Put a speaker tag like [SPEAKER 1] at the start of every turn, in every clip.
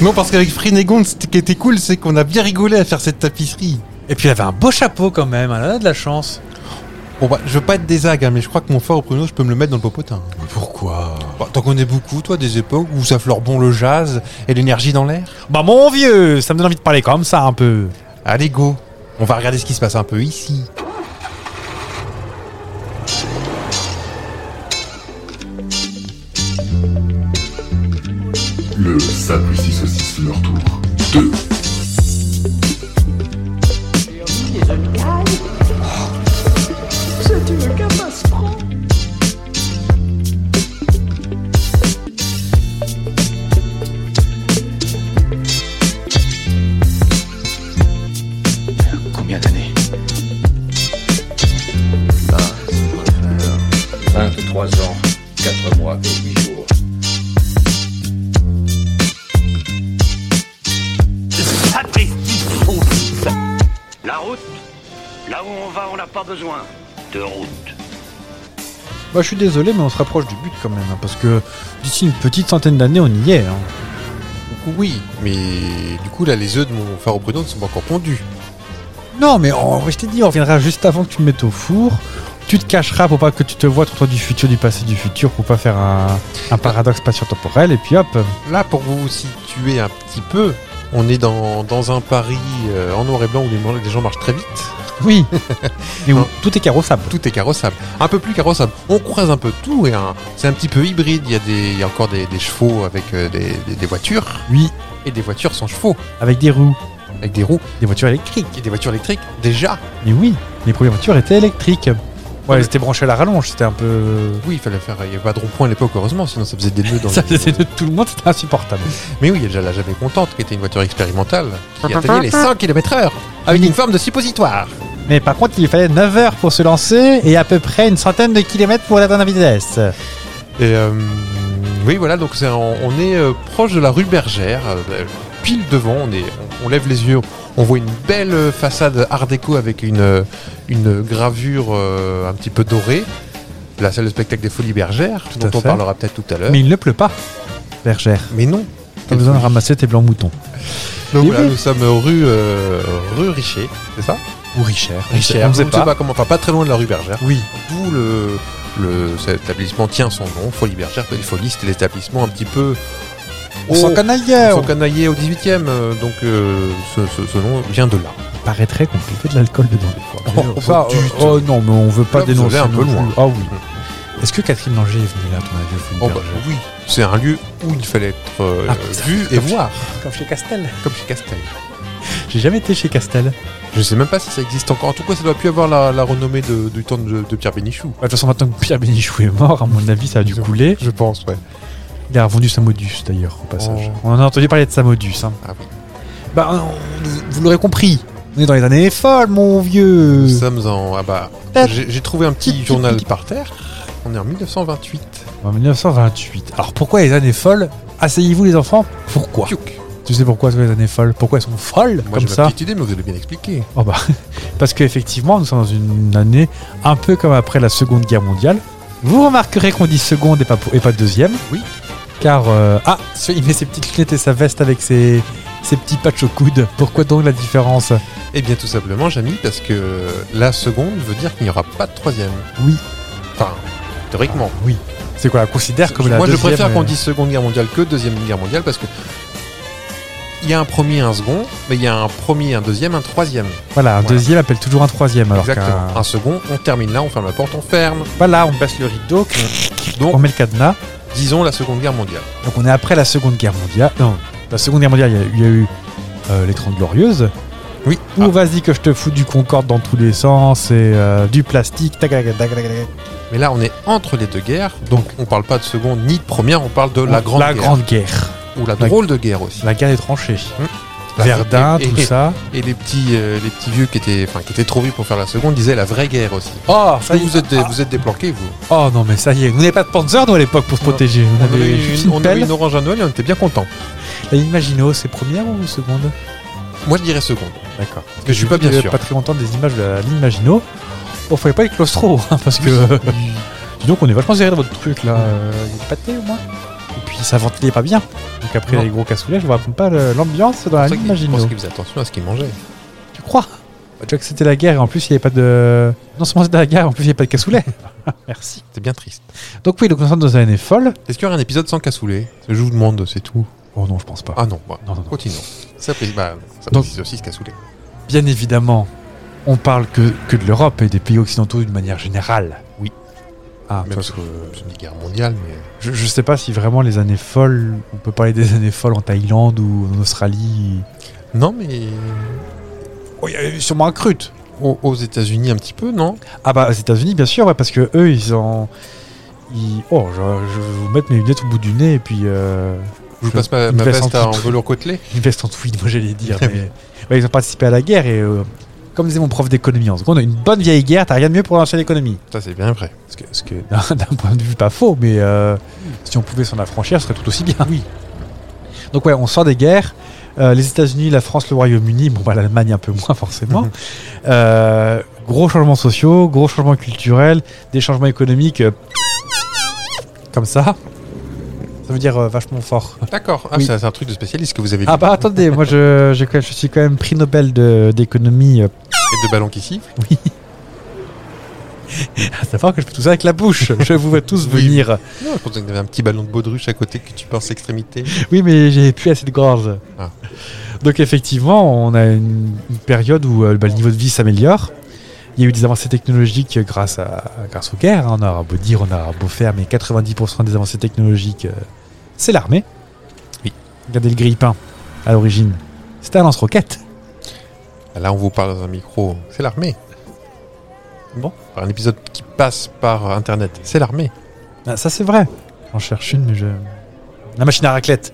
[SPEAKER 1] Non, parce qu'avec Frinégon, ce qui était cool, c'est qu'on a bien rigolé à faire cette tapisserie.
[SPEAKER 2] Et puis elle avait un beau chapeau quand même, elle a de la chance.
[SPEAKER 1] Bon, bah, je veux pas être des hein, mais je crois que mon phare au prénom, je peux me le mettre dans le popotin.
[SPEAKER 2] Pourquoi
[SPEAKER 1] Bah, T'en connais beaucoup, toi, des époques où ça fleure bon le jazz et l'énergie dans l'air
[SPEAKER 2] Bah mon vieux, ça me donne envie de parler comme ça un peu.
[SPEAKER 1] Allez, go On va regarder ce qui se passe un peu ici.
[SPEAKER 3] Le sapristi saucisse leur tour. 2.
[SPEAKER 4] C'est une catastrophe.
[SPEAKER 5] Combien d'années
[SPEAKER 6] 23 ans, 4 mois et 8 jours.
[SPEAKER 7] Sapristi saucisse. La route Là où on va, on n'a pas besoin de route.
[SPEAKER 2] Bah je suis désolé, mais on se rapproche du but quand même, hein, parce que d'ici une petite centaine d'années, on y est. hein.
[SPEAKER 1] Oui, mais du coup, là, les œufs de mon phare au prénom sont pas encore pondus.
[SPEAKER 2] Non, mais on- je t'ai dit, on reviendra juste avant que tu le mettes au four. Tu te cacheras pour pas que tu te vois toi du futur, du passé, du futur, pour pas faire un, un paradoxe spatio-temporel, et puis hop.
[SPEAKER 1] Là, pour vous situer un petit peu, on est dans, dans un Paris euh, en noir et blanc où les, les gens marchent très vite.
[SPEAKER 2] Oui. Et où
[SPEAKER 1] Non.
[SPEAKER 2] tout est carrossable.
[SPEAKER 1] Tout est carrossable. Un peu plus carrossable. On croise un peu tout et un- c'est un petit peu hybride. Il y a, des, il y a encore des, des chevaux avec euh, des, des- des voitures.
[SPEAKER 2] Oui.
[SPEAKER 1] Et des voitures sans chevaux,
[SPEAKER 2] Avec des roues,
[SPEAKER 1] avec des roues
[SPEAKER 2] des voitures électriques.
[SPEAKER 1] électriques et des voitures électriques déjà.
[SPEAKER 2] Mais oui, les premières voitures étaient électriques. Ouais, elles étaient branchées à la rallonge, c'était un peu.
[SPEAKER 1] Oui, il fallait faire. Il n'y avait pas de rond-point à l'époque, heureusement, sinon ça faisait des nœuds dans
[SPEAKER 2] Ça
[SPEAKER 1] les-
[SPEAKER 2] faisait de tout le monde, c'était insupportable.
[SPEAKER 1] Mais oui, il y a déjà la Jamais Contente qui était une voiture expérimentale qui atteignait les 100 km/h avec une forme de suppositoire.
[SPEAKER 2] Mais par contre, il fallait 9 heures pour se lancer et à peu près une centaine de kilomètres pour atteindre la vitesse.
[SPEAKER 1] Et euh, oui, voilà, donc c'est en- on est euh, proche de la rue Bergère, euh, pile devant, on, est, on, on lève les yeux, on voit une belle euh, façade art déco avec une, euh, une gravure euh, un petit peu dorée. La salle de spectacle des Folies Bergères,
[SPEAKER 2] Tout à
[SPEAKER 1] dont on
[SPEAKER 2] fait.
[SPEAKER 1] parlera peut-être tout à l'heure.
[SPEAKER 2] Mais il ne pleut pas, bergère.
[SPEAKER 1] Mais non.
[SPEAKER 2] T'as besoin de ramasser tes blancs moutons.
[SPEAKER 1] Donc
[SPEAKER 2] Mais
[SPEAKER 1] voilà,
[SPEAKER 2] oui.
[SPEAKER 1] nous sommes rue, euh, rue Richer, c'est ça
[SPEAKER 2] Ou Richard.
[SPEAKER 1] Richer,
[SPEAKER 2] on ne
[SPEAKER 1] je
[SPEAKER 2] sait
[SPEAKER 1] ne sais
[SPEAKER 2] pas.
[SPEAKER 1] pas comment, enfin pas très loin de la rue Bergère.
[SPEAKER 2] Oui.
[SPEAKER 1] D'où le, le- cet établissement tient son nom, Folie Bergère, les Folies, c'était l'établissement un petit peu.
[SPEAKER 2] Oh, Eh, On s'en
[SPEAKER 1] haut,
[SPEAKER 2] canaillait.
[SPEAKER 1] Son canaillé au 18 e donc euh, ce, ce- ce nom vient de là.
[SPEAKER 2] Il paraîtrait qu'on peut de l'alcool dedans des fois.
[SPEAKER 1] Oh,
[SPEAKER 2] Ça,
[SPEAKER 1] oh,
[SPEAKER 2] euh,
[SPEAKER 1] du tout.
[SPEAKER 2] oh, non, mais on veut pas
[SPEAKER 1] Là, vous
[SPEAKER 2] dénoncer.
[SPEAKER 1] allez un peu
[SPEAKER 2] non plus.
[SPEAKER 1] loin.
[SPEAKER 2] Ah oui. Est-ce que Catherine Langer est venue là, à ton avis, au Folies
[SPEAKER 1] Oh, bah,
[SPEAKER 2] Bergère
[SPEAKER 1] oui, c'est un lieu où il fallait être euh,
[SPEAKER 2] Ah, putain,
[SPEAKER 1] vu et
[SPEAKER 2] comme chez-
[SPEAKER 1] voir,
[SPEAKER 2] Comme chez Castel.
[SPEAKER 1] comme chez Castel.
[SPEAKER 2] J'ai jamais été chez Castel. Bah,
[SPEAKER 1] Je sais même pas si ça existe encore. En tout cas, ça doit plus avoir la, la renommée de- du temps de, de Pierre Bénichou.
[SPEAKER 2] Ouais, De toute façon, maintenant que Pierre Bénichou est mort, à mon avis, ça a dû couler.
[SPEAKER 1] Je pense, ouais.
[SPEAKER 2] Il a revendu Samodus, d'ailleurs, au passage.
[SPEAKER 1] Oh.
[SPEAKER 2] On en a entendu parler de Samodus. Hein.
[SPEAKER 1] Ah oui.
[SPEAKER 2] Bah, on- vous l'aurez compris. On est dans les années folles, mon vieux.
[SPEAKER 1] Nous sommes en. Ah bah.
[SPEAKER 2] Euh,
[SPEAKER 1] J'ai j'ai trouvé un petit journal par terre. On est en 1928.
[SPEAKER 2] En 1928. Alors, pourquoi les années folles Asseyez-vous, les enfants. Pourquoi
[SPEAKER 1] Tuc.
[SPEAKER 2] Tu sais pourquoi sont les années folles Pourquoi elles sont folles
[SPEAKER 1] Moi, j'ai
[SPEAKER 2] comme
[SPEAKER 1] ma
[SPEAKER 2] ça
[SPEAKER 1] petite idée, mais vous allez bien expliquer.
[SPEAKER 2] Oh bah, Parce qu'effectivement, nous sommes dans une année un peu comme après la Seconde Guerre mondiale. Vous remarquerez qu'on dit seconde et pas, pour- et pas deuxième.
[SPEAKER 1] Oui.
[SPEAKER 2] Car, euh, ah, ce- il met ses petites lunettes et sa veste avec ses, ses petits patchs au coude. Pourquoi donc la différence
[SPEAKER 1] Eh bien, tout simplement, Jamy, parce que la seconde veut dire qu'il n'y aura pas de troisième.
[SPEAKER 2] Oui.
[SPEAKER 1] Enfin, théoriquement.
[SPEAKER 2] Oui. C'est quoi, la considère comme la
[SPEAKER 1] Moi, je
[SPEAKER 2] deuxième
[SPEAKER 1] préfère qu'on
[SPEAKER 2] euh,
[SPEAKER 1] dise Seconde Guerre mondiale que Deuxième Guerre mondiale parce que il y a un premier, un second, mais il y a un premier, un deuxième, un troisième.
[SPEAKER 2] Voilà, un
[SPEAKER 1] voilà.
[SPEAKER 2] deuxième appelle toujours un troisième. Alors
[SPEAKER 1] Exactement.
[SPEAKER 2] qu'un.
[SPEAKER 1] Un second, on termine là, on ferme la porte, on ferme.
[SPEAKER 2] Voilà, on passe le rideau, on
[SPEAKER 1] Donc,
[SPEAKER 2] met le cadenas.
[SPEAKER 1] disons la Seconde Guerre mondiale.
[SPEAKER 2] Donc on est après la Seconde Guerre mondiale. Non, la Seconde Guerre mondiale, il y a- il y a eu euh, les 30 Glorieuses.
[SPEAKER 1] Oui. Ah.
[SPEAKER 2] Ou vas-y que je te fous du Concorde dans tous les sens et euh, du plastique. tac, tac, tac, tac, tac.
[SPEAKER 1] Mais là, on est entre les deux guerres, donc on parle pas de seconde ni de première, on parle de la grande
[SPEAKER 2] la
[SPEAKER 1] guerre
[SPEAKER 2] Grande Guerre.
[SPEAKER 1] ou la drôle de guerre aussi.
[SPEAKER 2] La guerre des tranchées.
[SPEAKER 1] La-
[SPEAKER 2] Verdun,
[SPEAKER 1] Mmh. Bah, et- et-
[SPEAKER 2] tout
[SPEAKER 1] et-
[SPEAKER 2] ça.
[SPEAKER 1] Et les petits, euh, les petits vieux qui étaient, enfin, qui étaient trop vieux pour faire la seconde disaient la vraie guerre aussi.
[SPEAKER 2] Oh,
[SPEAKER 1] Parce que vous êtes, des, vous êtes des planqués, vous.
[SPEAKER 2] oh non, mais ça y est. Vous n'avez pas de Panzer, nous, à l'époque, pour se
[SPEAKER 1] Non.
[SPEAKER 2] protéger. On,
[SPEAKER 1] On
[SPEAKER 2] avait
[SPEAKER 1] avait
[SPEAKER 2] juste
[SPEAKER 1] une,
[SPEAKER 2] une
[SPEAKER 1] on avait
[SPEAKER 2] pelle.
[SPEAKER 1] une orange à Noël et on était bien contents.
[SPEAKER 2] La Imagino, c'est première ou seconde
[SPEAKER 1] Moi, je dirais seconde.
[SPEAKER 2] D'accord. Parce
[SPEAKER 1] que je suis pas bien sûr.
[SPEAKER 2] pas très longtemps des images de la ligne Maginot. Bon, fallait pas être claustro, hein, parce que. Dis donc, on est vachement serré dans votre truc là. Euh, Il y a pâté au moins. Et puis qui s'inventent pas bien. Donc après
[SPEAKER 1] Non.
[SPEAKER 2] les gros cassoulets, je vous raconte pas le- l'ambiance dans
[SPEAKER 1] C'est pour ça
[SPEAKER 2] la ligne
[SPEAKER 1] qu'il-
[SPEAKER 2] Maginot.
[SPEAKER 1] Je pense qu'ils faisaient attention à ce qu'ils mangeaient.
[SPEAKER 2] Tu crois Tu vois que c'était la guerre et en plus il n'y avait pas de. Non seulement c'était la guerre, en plus il n'y avait pas de cassoulet. Merci.
[SPEAKER 1] C'était bien triste.
[SPEAKER 2] Donc oui, donc nous sommes dans une année folle.
[SPEAKER 1] Est-ce qu'il y aura un épisode sans cassoulet Je vous demande, c'est tout.
[SPEAKER 2] Oh non, je pense pas.
[SPEAKER 1] Ah non, bah,
[SPEAKER 2] Non, non, non.
[SPEAKER 1] continuons. Ça précise, bah, ça
[SPEAKER 2] Donc-
[SPEAKER 1] précise aussi ce cassoulet.
[SPEAKER 2] Bien évidemment, on parle que, que de l'Europe et des pays occidentaux d'une manière générale.
[SPEAKER 1] Oui.
[SPEAKER 2] Ah,
[SPEAKER 1] Même
[SPEAKER 2] parce que
[SPEAKER 1] C'est une guerre mondiale, mais.
[SPEAKER 2] je, je sais pas si vraiment les années folles, on peut parler des années folles en Thaïlande ou en Australie.
[SPEAKER 1] Non, mais.
[SPEAKER 2] Oh, il y a eu sûrement un crut.
[SPEAKER 1] Aux, aux États-Unis, un petit peu, non
[SPEAKER 2] Ah bah aux États-Unis, bien sûr, ouais, parce que eux, ils ont. Ils... Oh, je, je vais vous mettre mes lunettes au bout du nez et puis. euh,
[SPEAKER 1] Je vous passe ma,
[SPEAKER 2] une
[SPEAKER 1] ma
[SPEAKER 2] veste en
[SPEAKER 1] veste à- en
[SPEAKER 2] tweed.
[SPEAKER 1] velours côtelé.
[SPEAKER 2] Une veste en tweed, moi j'allais dire. mais... Ouais, ils ont participé à la guerre et euh, comme disait mon prof d'économie en seconde, une bonne vieille guerre, t'as rien de mieux pour lancer l'économie.
[SPEAKER 1] Ça, c'est bien vrai.
[SPEAKER 2] Ce que, ce que d'un d'un point de vue pas faux, mais euh, si on pouvait s'en affranchir, ce serait tout aussi bien. Oui. Donc ouais, on sort des guerres. Euh, les États-Unis, la France, le Royaume-Uni, bon bah l'Allemagne un peu moins forcément. Euh, gros changements sociaux, gros changements culturels, des changements économiques euh, comme ça. Ça veut dire euh, vachement fort.
[SPEAKER 1] D'accord. Ah,
[SPEAKER 2] Oui.
[SPEAKER 1] c'est c'est un truc de spécialiste que vous avez
[SPEAKER 2] Ah
[SPEAKER 1] lu.
[SPEAKER 2] bah attendez, moi je, je, je suis quand même prix Nobel de- d'économie. euh,
[SPEAKER 1] Et de ballon qui siffle.
[SPEAKER 2] À savoir que je fais tout ça avec la bouche. Je vous vois tous
[SPEAKER 1] Oui.
[SPEAKER 2] venir.
[SPEAKER 1] Non, je pensais que t'avais un petit ballon de baudruche à côté que tu penses extrémité.
[SPEAKER 2] Oui, mais j'ai plus assez de gorge.
[SPEAKER 1] Ah.
[SPEAKER 2] Donc effectivement, on a une, une période où euh, bah, le niveau de vie s'améliore. Il y a eu des avancées technologiques euh, grâce, à, grâce aux guerres. hein. On aura beau dire, on aura beau faire, mais 90% des avancées technologiques, euh, c'est l'armée.
[SPEAKER 1] Oui.
[SPEAKER 2] Regardez le grille-pain à l'origine. C'était un lance-roquette.
[SPEAKER 1] Ah, Là, on vous parle dans un micro. C'est l'armée.
[SPEAKER 2] Bon.
[SPEAKER 1] Un épisode qui passe par Internet. C'est l'armée.
[SPEAKER 2] Ah, ça, c'est vrai. J'en cherche une, mais je. La machine à raclette.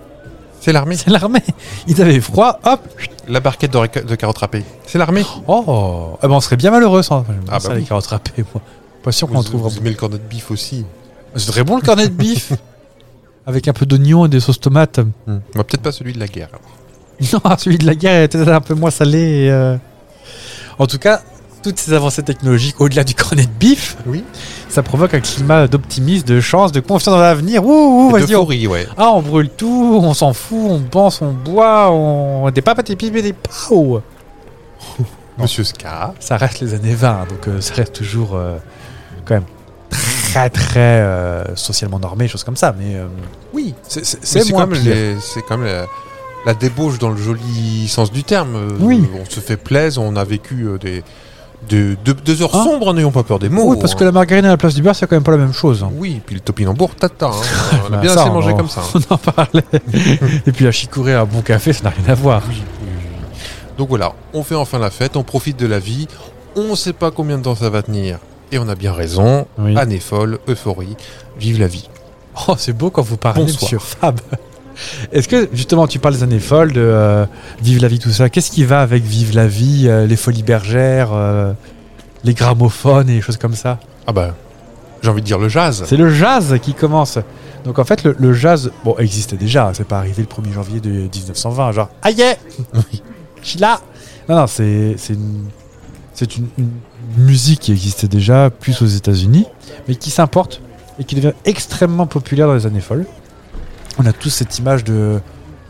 [SPEAKER 1] C'est l'armée.
[SPEAKER 2] C'est l'armée. Ils avaient froid, hop.
[SPEAKER 1] La barquette de, réca- de carottes râpées. C'est l'armée.
[SPEAKER 2] Oh, ah bah, on serait bien malheureux sans. J'aime bien
[SPEAKER 1] Ah,
[SPEAKER 2] ça,
[SPEAKER 1] bah
[SPEAKER 2] les
[SPEAKER 1] oui.
[SPEAKER 2] carottes râpées, moi. Pas sûr qu'on en
[SPEAKER 1] vous,
[SPEAKER 2] trouvera
[SPEAKER 1] vous aimez le cornet de bif aussi.
[SPEAKER 2] C'est très bon le cornet de bif Avec un peu d'oignon et des sauces tomates.
[SPEAKER 1] Bah, Peut-être pas celui de la guerre. alors.
[SPEAKER 2] Non, ah, celui de la guerre était un peu moins salé. et, euh, En tout cas, toutes ces avancées technologiques, au-delà du cornet de bif,
[SPEAKER 1] Oui.
[SPEAKER 2] ça provoque un climat d'optimisme, de chance, de confiance dans l'avenir. Ouh, ouh,
[SPEAKER 1] Et
[SPEAKER 2] Oh, vas-y, on...
[SPEAKER 1] d'euphorie, ouais.
[SPEAKER 2] Ah, on brûle tout, on s'en fout, on pense, on boit, on... Des papas, des pipes et des pao
[SPEAKER 1] Monsieur Scar.
[SPEAKER 2] Ça reste les années 20, donc euh, ça reste toujours euh, quand même très très euh, socialement normé, choses comme ça, mais... euh, oui,
[SPEAKER 1] Mais
[SPEAKER 2] c'est
[SPEAKER 1] C'est
[SPEAKER 2] moins
[SPEAKER 1] comme,
[SPEAKER 2] pire.
[SPEAKER 1] les- c'est comme la, la débauche dans le joli sens du terme. Euh,
[SPEAKER 2] Oui.
[SPEAKER 1] On se fait plaisir, on a vécu euh, des, de- de- deux heures
[SPEAKER 2] Hein
[SPEAKER 1] sombres, n'ayons pas peur des mots.
[SPEAKER 2] Oui, parce
[SPEAKER 1] hein.
[SPEAKER 2] que la margarine à la place du beurre, c'est quand même pas la même chose. hein.
[SPEAKER 1] Oui, puis le topinambour, tata. hein. on a
[SPEAKER 2] Bah,
[SPEAKER 1] bien
[SPEAKER 2] ça,
[SPEAKER 1] assez
[SPEAKER 2] on
[SPEAKER 1] mangé
[SPEAKER 2] en-
[SPEAKER 1] comme ça. hein.
[SPEAKER 2] On en parlait. Et puis la chicorée à un bon café, ça n'a rien à voir.
[SPEAKER 1] Donc voilà, on fait enfin la fête, on profite de la vie, on ne sait pas combien de temps ça va tenir. Et on a bien raison.
[SPEAKER 2] Oui.
[SPEAKER 1] Année folle, euphorie, vive la vie.
[SPEAKER 2] Oh, c'est beau quand vous parlez,
[SPEAKER 1] Bonsoir.
[SPEAKER 2] monsieur Fab. Est-ce que, justement, tu parles des années folles, de euh, Vive la vie, tout ça. Qu'est-ce qui va avec Vive la vie, euh, les folies bergères, euh, les gramophones et les choses comme ça
[SPEAKER 1] Ah bah, j'ai envie de dire le jazz.
[SPEAKER 2] C'est le jazz qui commence. Donc, en fait, le, le jazz, bon, existait déjà. hein, C'est pas arrivé le 1er janvier de 1920. Genre, aïe, je suis là. Non, non, c'est c'est une, c'est une- une musique qui existait déjà, plus aux États-Unis, mais qui s'importe et qui devient extrêmement populaire dans les années folles. On a tous cette image de.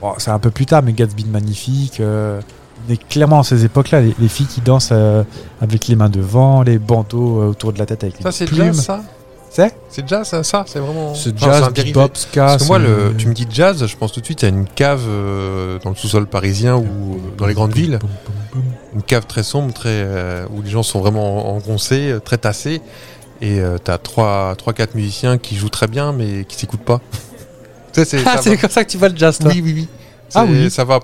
[SPEAKER 2] Bon, c'est un peu plus tard, mais Gatsby le Magnifique. euh, on est clairement dans ces époques-là, les, les filles qui dansent euh, avec les mains devant, les bandeaux euh, autour de la tête avec les
[SPEAKER 1] Ça, c'est
[SPEAKER 2] plumes.
[SPEAKER 1] jazz, ça
[SPEAKER 2] C'est
[SPEAKER 1] C'est jazz, ça, ça C'est vraiment.
[SPEAKER 2] ce
[SPEAKER 1] Enfin, c'est
[SPEAKER 2] jazz, euh.
[SPEAKER 1] un dérivé.
[SPEAKER 2] bebop, ska.
[SPEAKER 1] Parce que moi,
[SPEAKER 2] c'est-
[SPEAKER 1] le, tu me dis jazz, je pense tout de suite à une cave euh, dans le sous-sol parisien ou euh, dans les grandes villes. Une cave très sombre, très, euh, où les gens sont vraiment engoncés, euh, très tassés. Et euh, t'as 3 trois, quatre musiciens qui jouent très bien, mais qui s'écoutent pas. Ça, c'est.
[SPEAKER 2] Ah,
[SPEAKER 1] ça
[SPEAKER 2] c'est
[SPEAKER 1] va.
[SPEAKER 2] comme ça que tu vois le jazz, toi.
[SPEAKER 1] oui, oui, oui.
[SPEAKER 2] Ah
[SPEAKER 1] C'est-
[SPEAKER 2] oui.
[SPEAKER 1] Ça va.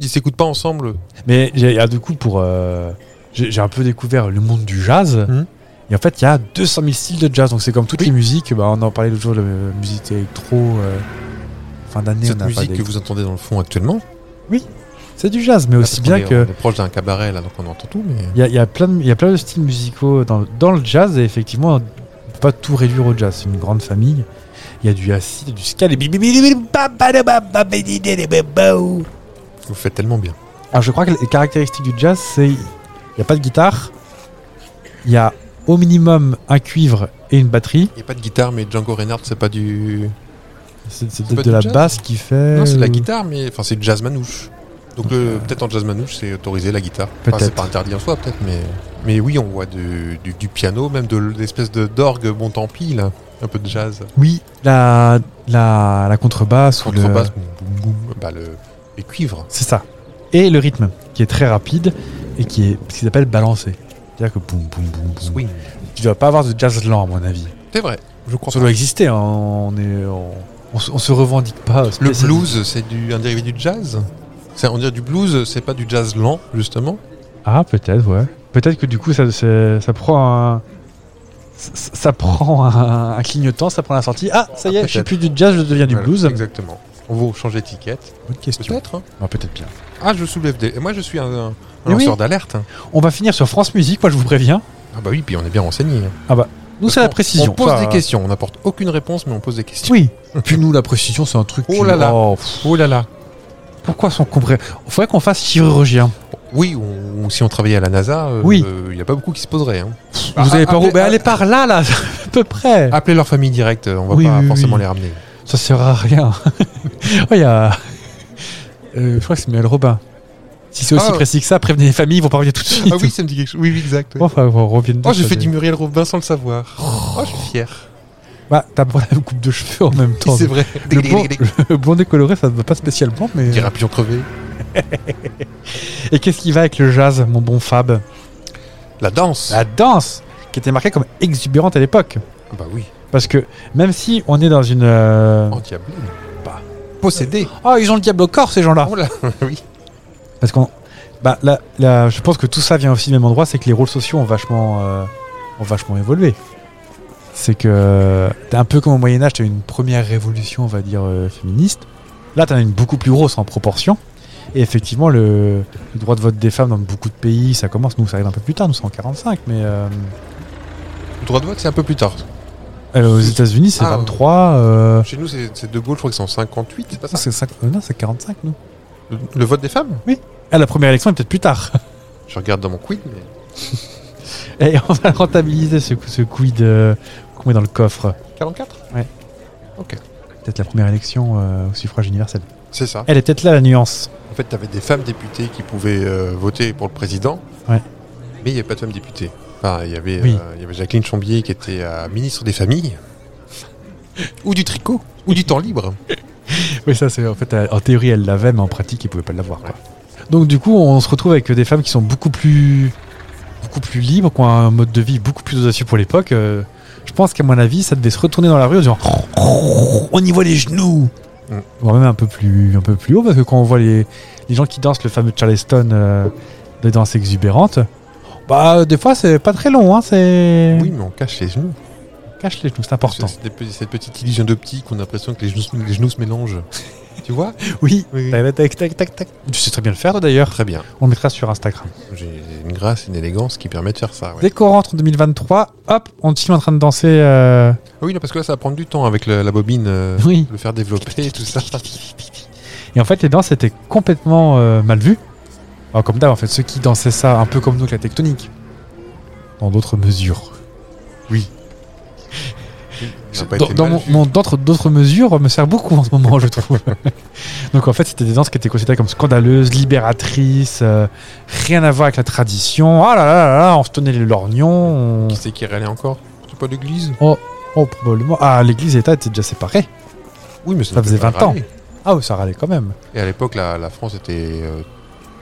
[SPEAKER 1] Ils s'écoutent pas ensemble.
[SPEAKER 2] Mais j'ai, ah, du coup, pour, euh, j'ai, j'ai un peu découvert le monde du jazz.
[SPEAKER 1] Mhm.
[SPEAKER 2] Et en fait, il y a 200 000 styles de jazz. Donc, c'est comme toutes les musiques. Bah, on en parlait l'autre jour, la musique électro. euh, fin d'année, on
[SPEAKER 1] Cette
[SPEAKER 2] a pas
[SPEAKER 1] musique que
[SPEAKER 2] d'électro.
[SPEAKER 1] vous Ah, entendez dans le fond actuellement.
[SPEAKER 2] C'est du jazz, mais
[SPEAKER 1] là,
[SPEAKER 2] aussi
[SPEAKER 1] parce
[SPEAKER 2] bien
[SPEAKER 1] qu'on est-
[SPEAKER 2] que.
[SPEAKER 1] On est proche d'un cabaret, là, donc on entend tout, mais.
[SPEAKER 2] Il y a, il y a plein de, il y a plein de styles musicaux dans, dans le jazz. Et effectivement, on peut pas tout réduire au jazz. C'est une grande famille. Il y a du acide, du ska. des bibibibibib, babadabababidididibibou.
[SPEAKER 1] Vous faites tellement bien.
[SPEAKER 2] Alors je crois que les caractéristiques du jazz, c'est il n'y a pas de guitare, il y a au minimum un cuivre et une batterie.
[SPEAKER 1] Il n'y a pas de guitare, mais Django Reinhardt, c'est pas du.
[SPEAKER 2] C'est c'est
[SPEAKER 1] C'est pas
[SPEAKER 2] peut-être de
[SPEAKER 1] du
[SPEAKER 2] la
[SPEAKER 1] jazz
[SPEAKER 2] basse qui fait.
[SPEAKER 1] Non, c'est de la
[SPEAKER 2] euh,
[SPEAKER 1] guitare, mais enfin, c'est du jazz manouche. Donc, le- peut-être en jazz manouche, c'est autorisé la guitare. Enfin, c'est
[SPEAKER 2] Peut-être.
[SPEAKER 1] pas interdit en soi, peut-être, mais. Mais oui, on voit du, du- du piano, même de l'espèce de d'orgue, bon tant pis, là. Un peu de jazz.
[SPEAKER 2] Oui, la, la, la contrebasse ou le-
[SPEAKER 1] Contrebasse, boum, boum, boum. Bah, le, les cuivres.
[SPEAKER 2] C'est ça. Et le rythme, qui est très rapide et qui est ce qu'ils appellent balancé. C'est-à-dire que boum, boum, boum, boum.
[SPEAKER 1] Swing.
[SPEAKER 2] Tu dois pas avoir de jazz lent, à mon avis.
[SPEAKER 1] C'est vrai. Je crois
[SPEAKER 2] Ça
[SPEAKER 1] pas.
[SPEAKER 2] doit exister, hein, on, est, on, on se- on se revendique pas.
[SPEAKER 1] Le
[SPEAKER 2] spécialement.
[SPEAKER 1] blues, c'est du, un dérivé du jazz c'est, On dirait du blues, c'est pas du jazz lent, justement.
[SPEAKER 2] Ah, peut-être, ouais. Peut-être que du coup, ça, c'est- ça prend un. Ça, ça prend un, un clignotant, ça prend la sortie. Ah, ça y est,
[SPEAKER 1] Ah,
[SPEAKER 2] je suis
[SPEAKER 1] peut-être.
[SPEAKER 2] plus du jazz, je deviens du
[SPEAKER 1] Voilà,
[SPEAKER 2] blues.
[SPEAKER 1] Exactement. On va changer d'étiquette.
[SPEAKER 2] Bonne question.
[SPEAKER 1] Peut-être. hein.
[SPEAKER 2] Ah, peut-être bien.
[SPEAKER 1] Ah, je soulève des. et Moi, je suis un, un
[SPEAKER 2] Mais oui.
[SPEAKER 1] lanceur d'alerte. hein.
[SPEAKER 2] On va finir sur France Musique, moi je vous préviens.
[SPEAKER 1] Ah, bah oui, puis on est bien renseigné. hein.
[SPEAKER 2] Nous,
[SPEAKER 1] Parce
[SPEAKER 2] c'est la
[SPEAKER 1] qu'on-
[SPEAKER 2] précision.
[SPEAKER 1] On pose
[SPEAKER 2] Ça,
[SPEAKER 1] des questions. On n'apporte aucune réponse, mais on pose des questions.
[SPEAKER 2] Oui. Puis nous, la précision, c'est un truc.
[SPEAKER 1] Oh
[SPEAKER 2] qui-
[SPEAKER 1] là là.
[SPEAKER 2] pff,
[SPEAKER 1] Oh là là.
[SPEAKER 2] pourquoi sont compris Faudrait qu'on fasse chirurgien.
[SPEAKER 1] Oui, on- ou si on travaillait à la NASA, euh,
[SPEAKER 2] Oui.
[SPEAKER 1] euh, il n'y a pas beaucoup qui se poseraient. hein. Ah,
[SPEAKER 2] Vous avez
[SPEAKER 1] ah,
[SPEAKER 2] pas
[SPEAKER 1] appelez-
[SPEAKER 2] roubé
[SPEAKER 1] ah,
[SPEAKER 2] Allez par là, là, à peu près.
[SPEAKER 1] Appelez leur famille directe, on va
[SPEAKER 2] Oui,
[SPEAKER 1] pas
[SPEAKER 2] oui,
[SPEAKER 1] forcément
[SPEAKER 2] oui.
[SPEAKER 1] les ramener.
[SPEAKER 2] Ça sert à rien. oh, il y a. Euh, je crois que c'est Miel Robin. Si c'est aussi
[SPEAKER 1] Ah.
[SPEAKER 2] précis que ça, prévenez les familles, ils vont pas revenir tout de suite.
[SPEAKER 1] Ah oui, ça me dit quelque chose. Oui, oui, exact. oui.
[SPEAKER 2] Bon, enfin, on revient
[SPEAKER 1] Oh,
[SPEAKER 2] dessus,
[SPEAKER 1] j'ai
[SPEAKER 2] ça,
[SPEAKER 1] fait
[SPEAKER 2] mais-
[SPEAKER 1] du Muriel Robin sans le savoir. Oh, je suis fier.
[SPEAKER 2] Bah, t'as pas la coupe de cheveux en même temps.
[SPEAKER 1] C'est vrai.
[SPEAKER 2] Le Euh, blond, le blond décoloré, ça ne va pas spécialement, mais.
[SPEAKER 1] Petit rapion crevé.
[SPEAKER 2] Et qu'est-ce qui va avec le jazz, mon bon Fab
[SPEAKER 1] La danse.
[SPEAKER 2] La danse, qui était marquée comme exubérante à l'époque.
[SPEAKER 1] Bah oui.
[SPEAKER 2] Parce que même si on est dans une. euh,
[SPEAKER 1] Endiablé. Pas. Possédé.
[SPEAKER 2] Oh, ils ont le diable au corps, ces gens-là
[SPEAKER 1] Oh là. oui.
[SPEAKER 2] Parce qu'on. Bah, là, là, je pense que tout ça vient aussi du même endroit, c'est que les rôles sociaux ont vachement, euh, ont vachement évolué. C'est que. T'es un peu comme au Moyen-Âge, t'as eu une première révolution, on va dire, euh, féministe. Là, t'en as une beaucoup plus grosse en proportion. Et effectivement, le, le droit de vote des femmes dans beaucoup de pays, ça commence, nous, ça arrive un peu plus tard, nous, c'est en 45, mais. euh,
[SPEAKER 1] Le droit de vote, c'est un peu plus tard.
[SPEAKER 2] euh, aux États-Unis, c'est
[SPEAKER 1] Ah, ouais.
[SPEAKER 2] 23. euh,
[SPEAKER 1] Chez nous, c'est c'est De Gaulle, je crois que c'est en 58, c'est pas
[SPEAKER 2] non,
[SPEAKER 1] ça
[SPEAKER 2] c'est cinq- euh, non, c'est 45, nous.
[SPEAKER 1] le, le vote des femmes
[SPEAKER 2] Ah, la première élection est peut-être plus tard.
[SPEAKER 1] Je regarde dans mon quid, mais.
[SPEAKER 2] Et on va rentabiliser ce, coup- ce quid euh, qu'on met dans le coffre.
[SPEAKER 1] 44
[SPEAKER 2] Peut-être la première élection euh, au suffrage universel.
[SPEAKER 1] C'est ça.
[SPEAKER 2] Elle est peut-être là la nuance.
[SPEAKER 1] En fait, t'avais des femmes députées qui pouvaient euh, voter pour le président.
[SPEAKER 2] Ouais.
[SPEAKER 1] Mais il n'y avait pas de femmes députées. Enfin, il y avait,
[SPEAKER 2] Oui.
[SPEAKER 1] euh, il y avait Jacqueline Chambier qui était euh, ministre des Familles. ou du tricot. Ou du temps libre.
[SPEAKER 2] Oui, ça c'est en fait euh, en théorie elle l'avait, mais en pratique ils pouvaient pas l'avoir. quoi. Donc du coup on se retrouve avec des femmes qui sont beaucoup plus beaucoup plus libres, qui ont un mode de vie beaucoup plus audacieux pour l'époque. Euh, je pense qu'à mon avis ça devait se retourner dans la rue en disant on y voit les genoux.
[SPEAKER 1] Mm.
[SPEAKER 2] Voire même un peu plus un peu plus haut parce que quand on voit les, les gens qui dansent le fameux charleston euh, des danses exubérantes, bah des fois c'est pas très long hein, c'est
[SPEAKER 1] Oui, mais on cache les genoux.
[SPEAKER 2] cache les genoux, c'est important.
[SPEAKER 1] C'est- c'est- Cette petite illusion d'optique, on a l'impression que les genoux, les genoux se mélangent. tu vois
[SPEAKER 2] Oui.
[SPEAKER 1] Oui.
[SPEAKER 2] Tac, tac, tac, tac, tac. Tu sais très bien le faire toi, d'ailleurs.
[SPEAKER 1] Très bien.
[SPEAKER 2] On le mettra sur Instagram.
[SPEAKER 1] J'ai une grâce, une élégance qui permet de faire ça. ouais.
[SPEAKER 2] Dès qu'on rentre en 2023, hop, on est en train de danser. euh,
[SPEAKER 1] Ah Oui, non, parce que là, ça va prendre du temps avec le- la bobine, euh,
[SPEAKER 2] Oui.
[SPEAKER 1] le faire développer, tout ça.
[SPEAKER 2] Et en fait, les danses étaient complètement euh, mal vues. Alors, comme d'hab, en fait, ceux qui dansaient ça, un peu comme nous, avec la tectonique. Dans d'autres mesures.
[SPEAKER 1] Ça a pas
[SPEAKER 2] Dans,
[SPEAKER 1] été
[SPEAKER 2] dans
[SPEAKER 1] mal
[SPEAKER 2] mon-
[SPEAKER 1] vu.
[SPEAKER 2] mon- d'autres, d'autres mesures me sert beaucoup en ce moment, je trouve. Donc en fait, c'était des danses qui étaient considérées comme scandaleuses, libératrices, euh, rien à voir avec la tradition. Ah là là là là, on se tenait les lorgnons. on-
[SPEAKER 1] Qui c'est qui râlait encore C'est pas l'église
[SPEAKER 2] Oh, probablement. Ah, l'église et l'État étaient déjà séparés.
[SPEAKER 1] Oui, mais ça,
[SPEAKER 2] Ça
[SPEAKER 1] ne
[SPEAKER 2] faisait
[SPEAKER 1] fait pas
[SPEAKER 2] 20 ans.
[SPEAKER 1] râler.
[SPEAKER 2] Ah oui, ça râlait quand même.
[SPEAKER 1] Et à l'époque, la, la France était euh,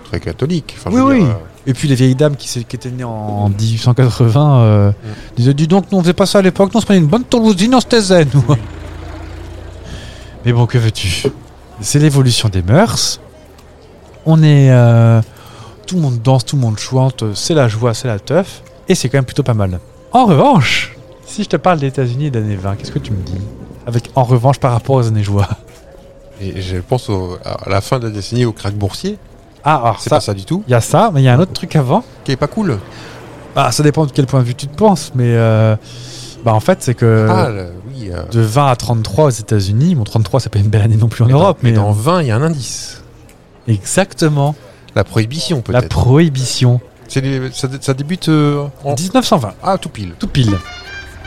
[SPEAKER 1] très catholique. Enfin, je
[SPEAKER 2] Oui,
[SPEAKER 1] veux dire, euh,
[SPEAKER 2] oui. Et puis les vieilles dames qui, s'est- qui étaient nées en 1880 euh, disaient Dis donc, nous on faisait pas ça à l'époque, nous on se prenait une bonne toulousaine, on se taisait, nous. Mais bon, que veux-tu C'est l'évolution des mœurs. On est. euh, tout le monde danse, tout le monde chante, c'est la joie, c'est la teuf. Et c'est quand même plutôt pas mal. En revanche, si je te parle des États-Unis et d'années 20, qu'est-ce que tu me dis Avec en revanche par rapport aux années joie.
[SPEAKER 1] euh, Et je pense au- à la fin de la décennie au crack boursier.
[SPEAKER 2] Ah, alors
[SPEAKER 1] C'est
[SPEAKER 2] ça.
[SPEAKER 1] pas ça du tout.
[SPEAKER 2] Il y a ça, mais il y a un autre truc avant.
[SPEAKER 1] Qui est pas cool.
[SPEAKER 2] Ah, ça dépend de quel point de vue tu te penses, mais euh, bah en fait, c'est que
[SPEAKER 1] ah, le- oui. euh,
[SPEAKER 2] de 20 à 33 aux États-Unis, bon, 33, c'est pas une belle année non plus en
[SPEAKER 1] mais
[SPEAKER 2] Europe,
[SPEAKER 1] dans-
[SPEAKER 2] mais, euh,
[SPEAKER 1] mais dans 20, il y a un indice.
[SPEAKER 2] exactement
[SPEAKER 1] La prohibition,
[SPEAKER 2] la
[SPEAKER 1] peut-être.
[SPEAKER 2] prohibition.
[SPEAKER 1] C'est les- ça, dé- ça débute euh, en.
[SPEAKER 2] 1920,
[SPEAKER 1] Ah, tout pile.
[SPEAKER 2] tout pile.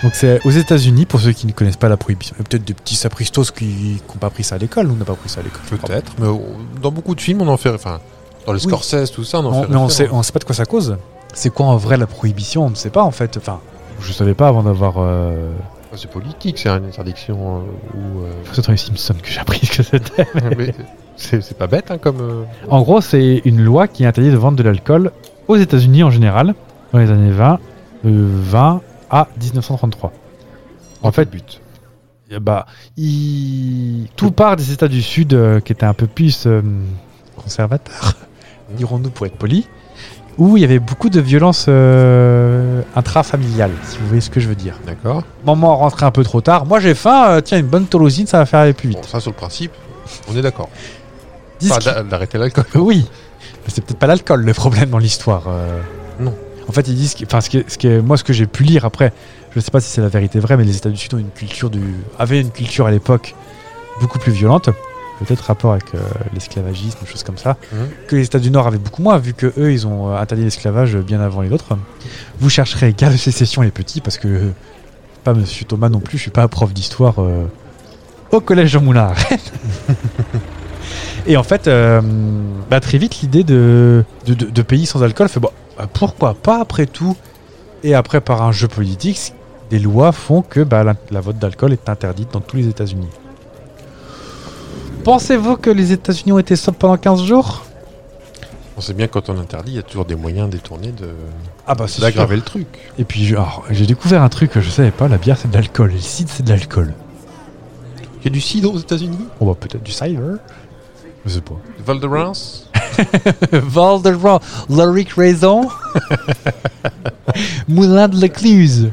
[SPEAKER 2] Donc c'est aux États-Unis, pour ceux qui ne connaissent pas la prohibition. Il y a Peut-être des petits sapristos qui n'ont pas pris ça à l'école. Nous, on n'a pas pris ça à l'école. Ah
[SPEAKER 1] Peut-être, mais au- dans beaucoup de films, on en fait. Enfin, dans les
[SPEAKER 2] Oui.
[SPEAKER 1] Scorsese, tout ça, on en
[SPEAKER 2] On- hein.
[SPEAKER 1] fait.
[SPEAKER 2] mais on sait,
[SPEAKER 1] référence.
[SPEAKER 2] on sait pas de quoi ça cause. C'est quoi en vrai la prohibition On ne sait pas en fait. Enfin, je savais pas avant d'avoir. euh,
[SPEAKER 1] C'est politique, c'est une interdiction. euh, ou, euh,
[SPEAKER 4] C'est dans les Simpsons que j'ai appris ce que c'était.
[SPEAKER 1] mais c'est c'est pas bête, hein, comme. euh,
[SPEAKER 4] En gros, c'est une loi qui interdit de vendre de l'alcool aux États-Unis en général dans les années 20, de 20 à 1933. En fait,
[SPEAKER 1] but.
[SPEAKER 4] Eh bah, il- tout part des États du Sud euh, qui étaient un peu plus euh, conservateurs,
[SPEAKER 2] dirons-nous pour être poli, où il y avait beaucoup de violences euh, intrafamiliales, si vous voyez ce que je veux dire.
[SPEAKER 1] D'accord.
[SPEAKER 2] Maman rentrait un peu trop tard, moi j'ai faim, euh, tiens, une bonne tolosine, ça va faire aller plus
[SPEAKER 1] Bon,
[SPEAKER 2] vite.
[SPEAKER 1] ça, sur le principe, on est d'accord.
[SPEAKER 2] Disque-
[SPEAKER 1] Enfin, d'a- d'arrêter l'alcool.
[SPEAKER 2] oui, mais c'est peut-être pas l'alcool le problème dans l'histoire. euh.
[SPEAKER 1] Non.
[SPEAKER 2] En fait, ils disent, que- enfin, ce que, ce que- moi, ce que j'ai pu lire après, je sais pas si c'est la vérité vraie, mais les États du Sud ont une culture du, avaient une culture à l'époque beaucoup plus violente, peut-être rapport avec euh, l'esclavagisme, choses comme ça,
[SPEAKER 1] Mhm.
[SPEAKER 2] que les États du Nord avaient beaucoup moins, vu que eux, ils ont euh, interdit l'esclavage bien avant les autres. Vous chercherez guerre de sécession les petits, parce que euh, pas Monsieur Thomas non plus, je suis pas prof d'histoire euh, au collège Jean Moulin à Rennes. Et en fait, euh, bah, très vite, l'idée de, de, de- de pays sans alcool fait bon, bah, pourquoi pas après tout Et après, par un jeu politique, c- des lois font que bah, la, la vente d'alcool est interdite dans tous les États-Unis. Pensez-vous que les États-Unis ont été sobres pendant 15 jours
[SPEAKER 1] On sait bien que quand on interdit, il y a toujours des moyens détournés de
[SPEAKER 2] Ah bah c'est
[SPEAKER 1] d'aggraver le truc.
[SPEAKER 2] Et puis, genre, j'ai découvert un truc que je savais pas la bière c'est de l'alcool, et le cidre c'est de l'alcool.
[SPEAKER 1] Il y a du cidre aux États-Unis
[SPEAKER 2] On va peut-être du cider Je sais pas.
[SPEAKER 1] Valderance
[SPEAKER 2] Val de Roy, Loric Raison, Moulin de Lecluse.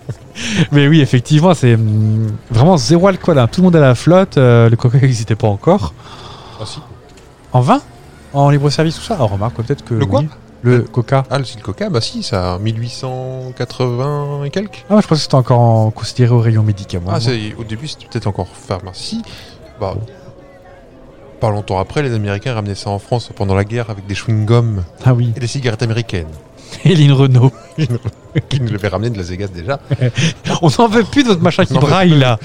[SPEAKER 2] Mais oui, effectivement, c'est hum, vraiment zéro alcool. hein. Tout le monde à la flotte, euh, le coca n'existait pas encore.
[SPEAKER 1] Ah si.
[SPEAKER 2] En vin En libre-service, tout ça Alors remarque, peut-être que.
[SPEAKER 1] Le quoi
[SPEAKER 2] oui, Le coca.
[SPEAKER 1] Ah, le cidre coca, bah si, ça, en 1880 et quelques.
[SPEAKER 2] Ah, moi, je pensais que c'était encore en- considéré au rayon médicaments.
[SPEAKER 1] Ah, c'est- au début, c'était peut-être encore pharmacie. Bah, pas longtemps après, les Américains ramenaient ça en France pendant la guerre avec des chewing-gums
[SPEAKER 2] Ah oui.
[SPEAKER 1] et des cigarettes américaines.
[SPEAKER 2] Hélène Renault.
[SPEAKER 1] Qui nous avaient ramené de la Zégas déjà.
[SPEAKER 2] On s'en veut plus de votre machin qui
[SPEAKER 1] On en veut
[SPEAKER 2] braille là.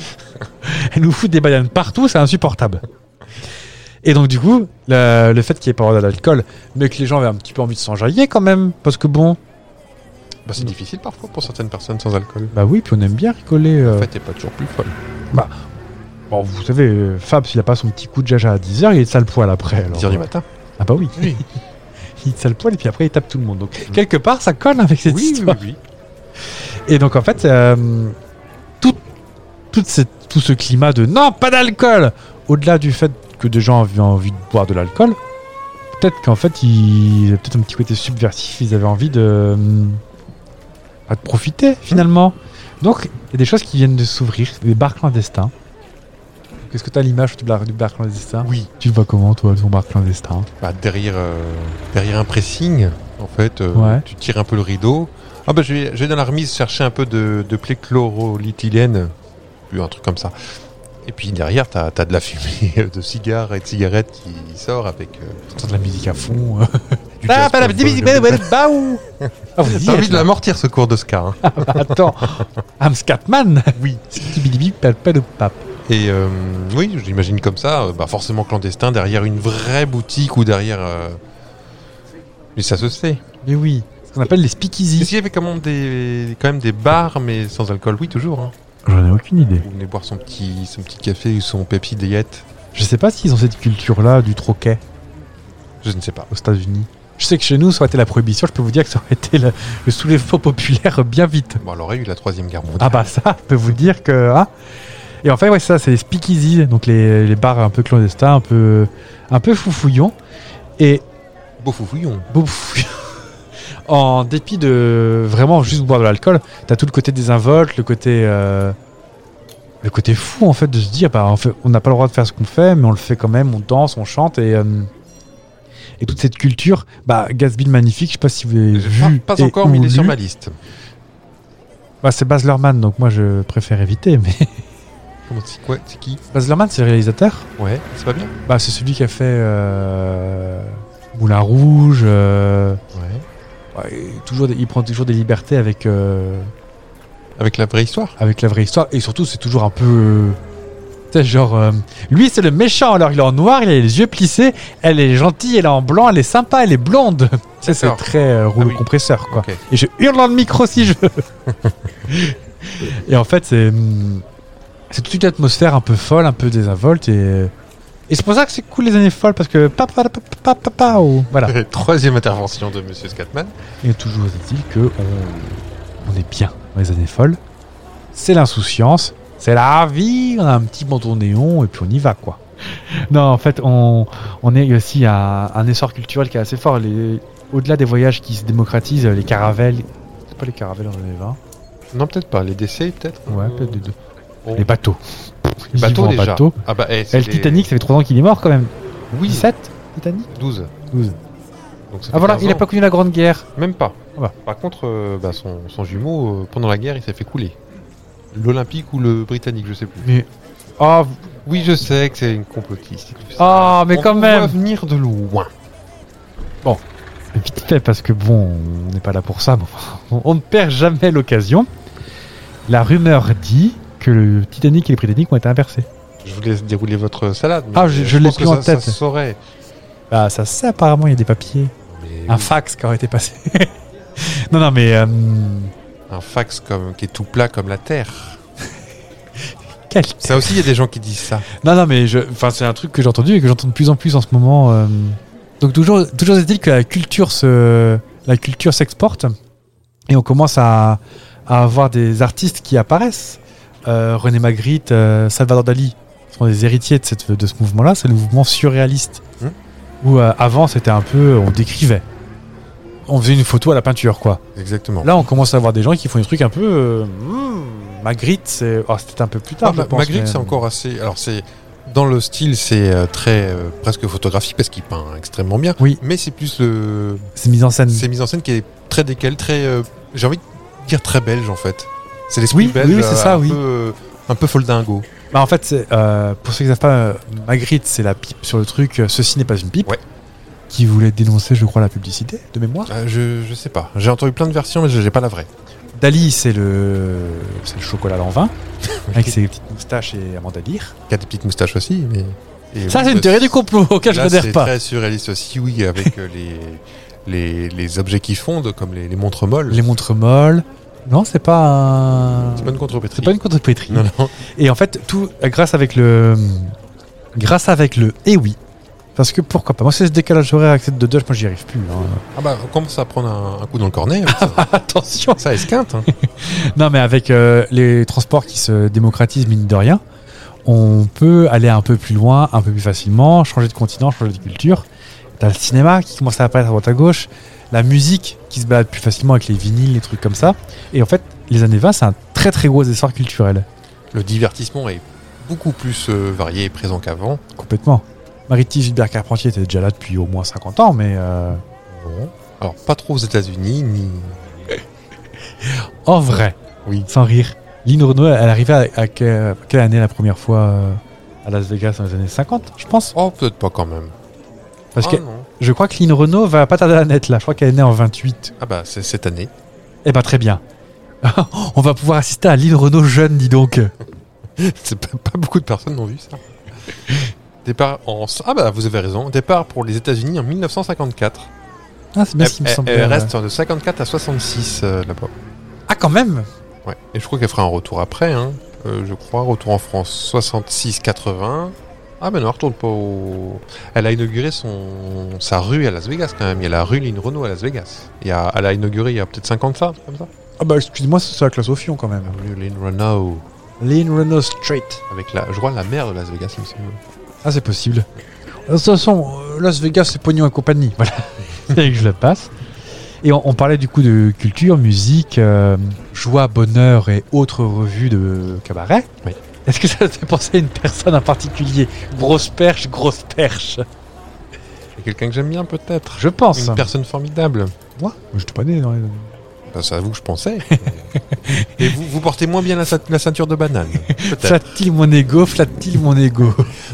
[SPEAKER 2] Elle nous fout des bananes partout, c'est insupportable. Et donc du coup, le, le fait qu'il n'y ait pas d'alcool, mais que les gens avaient un petit peu envie de s'enjailler quand même, parce que bon,
[SPEAKER 1] Bah, c'est difficile parfois pour certaines personnes sans alcool.
[SPEAKER 2] bah oui, puis on aime bien rigoler. euh.
[SPEAKER 1] En fait, t'es pas toujours plus folle.
[SPEAKER 2] Bon, vous savez, euh, Fab, s'il n'a pas son petit coup de jaja à 10h, il est de sale poil après. alors.
[SPEAKER 1] 10h du matin.
[SPEAKER 2] Ah bah oui.
[SPEAKER 1] Oui.
[SPEAKER 2] il est de sale poil et puis après il tape tout le monde. Donc quelque part, ça colle avec cette
[SPEAKER 1] Oui,
[SPEAKER 2] histoire.
[SPEAKER 1] oui, oui.
[SPEAKER 2] Et donc en fait, euh, tout, toute cette- tout ce climat de non, pas d'alcool, au-delà du fait que des gens avaient envie de boire de l'alcool, peut-être qu'en fait, ils avaient peut-être un petit côté subversif, ils avaient envie de, euh, bah, de profiter finalement. Donc il y a des choses qui viennent de s'ouvrir, des bars clandestins. Qu'est-ce que tu as l'image du bar, du bar clandestin
[SPEAKER 1] Oui.
[SPEAKER 2] Tu le vois comment toi, ton bar clandestin
[SPEAKER 1] Bah, derrière, euh, derrière un pressing, en fait, euh,
[SPEAKER 2] Ouais.
[SPEAKER 1] tu tires un peu le rideau. Ah bah, je vais, je vais dans la remise chercher un peu de, de pléchlorolithylène, ou un truc comme ça. Et puis derrière, t'as as de la fumée de cigares et de cigarettes qui sort avec euh,
[SPEAKER 2] T'entends de la musique à fond. euh.
[SPEAKER 1] du
[SPEAKER 2] Ah,
[SPEAKER 1] jazz
[SPEAKER 2] pas la
[SPEAKER 1] comme
[SPEAKER 2] musique,
[SPEAKER 1] bonne-
[SPEAKER 2] ouais, bah, ouh. Ah, vous y
[SPEAKER 1] T'as
[SPEAKER 2] êtes,
[SPEAKER 1] envie de
[SPEAKER 2] là.
[SPEAKER 1] l'amortir ce cours de ska. hein.
[SPEAKER 2] Attends, I'm Scatman
[SPEAKER 1] Oui.
[SPEAKER 2] Skibidi-bidi-pap-pap.
[SPEAKER 1] Et euh, oui, j'imagine comme ça, euh, bah forcément clandestin, derrière une vraie boutique ou derrière. euh, Mais ça se sait.
[SPEAKER 2] Mais oui, ce qu'on appelle les
[SPEAKER 1] Et
[SPEAKER 2] speakeasy.
[SPEAKER 1] s'il y avait quand même, des, quand même des bars, mais sans alcool, oui, toujours. hein.
[SPEAKER 2] J'en ai aucune idée.
[SPEAKER 1] Vous venez boire son petit, son petit café ou son Pepsi Diet
[SPEAKER 2] Je sais pas s'ils ont cette culture-là du troquet
[SPEAKER 1] Je ne sais pas.
[SPEAKER 2] aux États-Unis. Je sais que chez nous, ça aurait été la prohibition, je peux vous dire que ça aurait été le, le soulèvement populaire bien vite.
[SPEAKER 1] Bon, alors, il y a eu la troisième guerre mondiale.
[SPEAKER 2] Ah bah ça, je peux vous dire que... hein. Et en fait, ouais, ça, c'est les speakeasy, donc les, les bars un peu clandestins, un peu, un peu foufouillons. Et
[SPEAKER 1] Beau foufouillon.
[SPEAKER 2] Bouf. en dépit de vraiment juste boire de l'alcool, t'as tout le côté désinvolte, le côté euh, le côté fou en fait de se dire bah en fait, on n'a pas le droit de faire ce qu'on fait, mais on le fait quand même, on danse, on chante et euh, et toute cette culture, bah Gatsby le magnifique, je sais pas si vous avez vu
[SPEAKER 1] Pas, pas
[SPEAKER 2] et
[SPEAKER 1] encore,
[SPEAKER 2] ou
[SPEAKER 1] mais il est sur
[SPEAKER 2] lu.
[SPEAKER 1] ma liste.
[SPEAKER 2] Bah, c'est Baz Luhrmann, donc moi je préfère éviter. Mais
[SPEAKER 1] Comment c'est quoi C'est qui
[SPEAKER 2] Baz Luhrmann, c'est le réalisateur.
[SPEAKER 1] Ouais, c'est pas bien
[SPEAKER 2] Bah c'est celui qui a fait euh, Moulin Rouge. euh,
[SPEAKER 1] Ouais.
[SPEAKER 2] ouais, toujours, des- il prend toujours des libertés avec euh,
[SPEAKER 1] avec la vraie histoire.
[SPEAKER 2] avec la vraie histoire. Et surtout, c'est toujours un peu. euh, tu sais, genre. euh, lui, c'est le méchant, alors il est en noir, il a les yeux plissés, elle est gentille, elle est en blanc, elle est sympa, elle est blonde. Tu sais, c'est
[SPEAKER 1] D'accord. Ah
[SPEAKER 2] très euh, rouleau
[SPEAKER 1] oui.
[SPEAKER 2] compresseur, quoi.
[SPEAKER 1] Ok.
[SPEAKER 2] Et je hurle dans le micro si je veux. et en fait, c'est. hum, C'est toute une atmosphère un peu folle, un peu désinvolte et. Et c'est pour ça que c'est cool les années folles parce que pa, pa, pa, pa, pa, pa, oh. voilà.
[SPEAKER 1] Troisième intervention de Monsieur Scatman.
[SPEAKER 2] Et toujours est-il que on, on est bien dans les années folles. C'est l'insouciance, c'est la vie, on a un petit bandeau néon et puis on y va quoi.
[SPEAKER 4] Non, en fait, on, on est aussi à un essor culturel qui est assez fort. Les- Au-delà des voyages qui se démocratisent, les caravelles. C'est pas les caravelles en années 20.
[SPEAKER 1] Non, peut-être pas. Les décès, peut-être.
[SPEAKER 4] Ouais, peut-être les deux.
[SPEAKER 1] Oh.
[SPEAKER 4] Les bateaux.
[SPEAKER 1] Les
[SPEAKER 4] Ils y vont
[SPEAKER 1] bateaux
[SPEAKER 4] en
[SPEAKER 1] déjà.
[SPEAKER 4] bateau.
[SPEAKER 1] Ah bah, eh, c'est
[SPEAKER 4] Et le
[SPEAKER 1] les-
[SPEAKER 4] Titanic, ça fait 3 ans qu'il est mort quand même.
[SPEAKER 1] Oui,
[SPEAKER 4] 17 Titanic
[SPEAKER 1] 12.
[SPEAKER 4] 12.
[SPEAKER 1] Donc, ça
[SPEAKER 4] Ah
[SPEAKER 1] fait
[SPEAKER 4] voilà,
[SPEAKER 1] 15
[SPEAKER 4] il a
[SPEAKER 1] ans.
[SPEAKER 4] pas connu la Grande Guerre.
[SPEAKER 1] Même pas.
[SPEAKER 4] Ah bah.
[SPEAKER 1] Par contre, euh, bah, son, son jumeau, euh, pendant la guerre, il s'est fait couler. L'Olympique ou le Britannique, je sais plus.
[SPEAKER 4] Mais. Oh, v-
[SPEAKER 1] Oui, je sais que c'est une complotiste.
[SPEAKER 4] Ah, mais
[SPEAKER 1] On
[SPEAKER 4] quand
[SPEAKER 1] vous
[SPEAKER 4] même.
[SPEAKER 1] voit venir de loin.
[SPEAKER 4] vite fait, parce que bon, on n'est pas là pour ça. mais enfin, on- on ne perd jamais l'occasion. La rumeur dit que le Titanic et les Britanniques ont été inversés.
[SPEAKER 1] Je vous laisse dérouler votre salade. mais
[SPEAKER 4] Ah, je- je l'ai
[SPEAKER 1] pense que
[SPEAKER 4] pris en
[SPEAKER 1] ça- ça
[SPEAKER 4] tête.
[SPEAKER 1] se saurait.
[SPEAKER 2] Bah ça c'est apparemment il y a des papiers.
[SPEAKER 1] Mais
[SPEAKER 2] Un fax qui aurait été passé. non non mais euh,
[SPEAKER 1] un fax comme, qui est tout plat comme la terre.
[SPEAKER 2] quel
[SPEAKER 1] Ça aussi, il y a des gens qui disent ça.
[SPEAKER 2] Non non mais je enfin c'est un truc que j'ai entendu et que j'entends de plus en plus en ce moment. euh. Donc toujours toujours est-il que la culture se la culture s'exporte et on commence à, à avoir des artistes qui apparaissent. Euh, René Magritte, euh, Salvador Dali sont des héritiers de, cette, de ce mouvement-là. C'est le mouvement surréaliste.
[SPEAKER 1] Mhm.
[SPEAKER 2] Où euh, avant, c'était un peu. On décrivait. On faisait une photo à la peinture, quoi.
[SPEAKER 1] Exactement.
[SPEAKER 2] Là, on commence à voir des gens qui font des trucs un peu. euh, hmm, Magritte, c'est. oh, c'était un peu plus tard,
[SPEAKER 1] Ah,
[SPEAKER 2] je
[SPEAKER 1] Ma-
[SPEAKER 2] pense,
[SPEAKER 1] Magritte,
[SPEAKER 2] mais-
[SPEAKER 1] c'est encore assez. Alors, c'est dans le style, c'est euh, très euh, presque photographique parce qu'il peint extrêmement bien.
[SPEAKER 2] Oui.
[SPEAKER 1] Mais c'est plus le.
[SPEAKER 2] C'est mise en scène.
[SPEAKER 1] C'est mise en scène qui est très décalée, très. euh, J'ai envie de dire très belge en fait. C'est l'esprit
[SPEAKER 2] Oui,
[SPEAKER 1] belge.
[SPEAKER 2] oui, oui, c'est
[SPEAKER 1] euh,
[SPEAKER 2] ça,
[SPEAKER 1] un
[SPEAKER 2] oui.
[SPEAKER 1] Peu, euh, un peu foldingo.
[SPEAKER 2] Bah, en fait, c'est, euh, pour ceux qui ne savent pas, euh, Magritte, c'est la pipe sur le truc. euh, Ceci n'est pas une pipe.
[SPEAKER 1] Ouais.
[SPEAKER 2] Qui voulait dénoncer, je crois, la publicité de mémoire.
[SPEAKER 1] Ah, je, je sais pas. J'ai entendu plein de versions, mais je- j'ai pas la vraie.
[SPEAKER 2] Dali, c'est le, c'est le chocolat en vin, avec ses petites moustaches et Amanda Lear.
[SPEAKER 1] Il y a des petites moustaches aussi, mais. et
[SPEAKER 2] Ça,
[SPEAKER 1] oui,
[SPEAKER 2] c'est une
[SPEAKER 1] bah,
[SPEAKER 2] théorie du complot auquel je
[SPEAKER 1] Là,
[SPEAKER 2] n'adhère
[SPEAKER 1] c'est
[SPEAKER 2] pas.
[SPEAKER 1] très surréaliste aussi, oui, avec euh, les, les, les objets qui fondent, comme les, les montres molles.
[SPEAKER 2] Les montres molles. Non, c'est pas un...
[SPEAKER 1] C'est pas une
[SPEAKER 2] C'est
[SPEAKER 1] contrepétrie.
[SPEAKER 2] pas une contrepétrie.
[SPEAKER 1] Non, non.
[SPEAKER 2] Et en fait, tout grâce avec le, grâce avec le, et oui. Parce que pourquoi pas Moi, c'est ce décalage horaire avec cette de Dodge, moi, j'y arrive plus. hein.
[SPEAKER 1] Ah bah, on commence à prendre un, un coup dans le cornet. avec ça.
[SPEAKER 2] Attention
[SPEAKER 1] ça esquinte. hein.
[SPEAKER 2] Non, mais avec euh, les transports qui se démocratisent, mine de rien, on peut aller un peu plus loin, un peu plus facilement, changer de continent, changer de culture. T'as le cinéma qui commence à apparaître à droite à gauche, la musique qui se balade plus facilement avec les vinyles, les trucs comme ça. Et en fait, les années 20, c'est un très très gros essor culturel,
[SPEAKER 1] Le divertissement est beaucoup plus euh, varié et présent qu'avant.
[SPEAKER 2] complètement. Mariti Gilbert Carpentier était déjà là depuis au moins 50 ans, mais euh,
[SPEAKER 1] Bon. Alors, pas trop aux États-Unis, ni.
[SPEAKER 2] en vrai,
[SPEAKER 1] Oui.
[SPEAKER 2] sans rire. Lynn Renault, elle arrivait à, à que- quelle année la première fois euh, à Las Vegas dans les années 50, je pense.
[SPEAKER 1] Oh, peut-être pas quand même.
[SPEAKER 2] Parce
[SPEAKER 1] ah,
[SPEAKER 2] que
[SPEAKER 1] non.
[SPEAKER 2] Je crois que Lynn Renault va pas tarder à naître là. Je crois qu'elle est née en 28.
[SPEAKER 1] Ah bah, c'est cette année.
[SPEAKER 2] Eh ben très bien. On va pouvoir assister à Lynn Renault jeune, dis donc.
[SPEAKER 1] c'est pas, pas beaucoup de personnes n'ont vu ça. Départ en. Ah bah, vous avez raison. Départ pour les États-Unis en 1954.
[SPEAKER 2] Ah, c'est bien ce qui me
[SPEAKER 1] Elle-
[SPEAKER 2] semble.
[SPEAKER 1] elle reste de 54 à 66 euh, là-bas.
[SPEAKER 2] Ah, quand même
[SPEAKER 1] Ouais. Et je crois qu'elle fera un retour après, hein. Euh, je crois, retour en France 66-80. Ah ben non, elle retourne pas au... Elle a inauguré son... sa rue à Las Vegas quand même. Il y a la rue Lynn Renault à Las Vegas. Il y a... Elle a inauguré il y a peut-être 50 ça, comme ça.
[SPEAKER 2] Ah, bah, excuse-moi, c'est la classe au fion quand même.
[SPEAKER 1] La rue Lynn Renault.
[SPEAKER 2] Lynn Renault Street.
[SPEAKER 1] Avec la... Je crois la mère de Las Vegas, il me semble.
[SPEAKER 2] Ah, c'est possible. De toute façon, euh, Las Vegas, c'est pognon et compagnie. Voilà. Fallait que je le passe. Et on, on parlait du coup de culture, musique, euh, joie, bonheur et autres revues de cabaret.
[SPEAKER 1] Oui.
[SPEAKER 2] Est-ce que ça te fait penser à une personne en particulier Grosse perche, grosse perche.
[SPEAKER 1] Il y a quelqu'un que j'aime bien peut-être.
[SPEAKER 2] Je pense.
[SPEAKER 1] Une personne formidable.
[SPEAKER 2] Moi Je suis pas né dans les.
[SPEAKER 1] Ben, c'est à vous que je pensais. Et vous, vous portez moins bien la, ceint- la ceinture de banane. Peut-être.
[SPEAKER 2] Flatte-t-il mon ego Flatte-t-il mon ego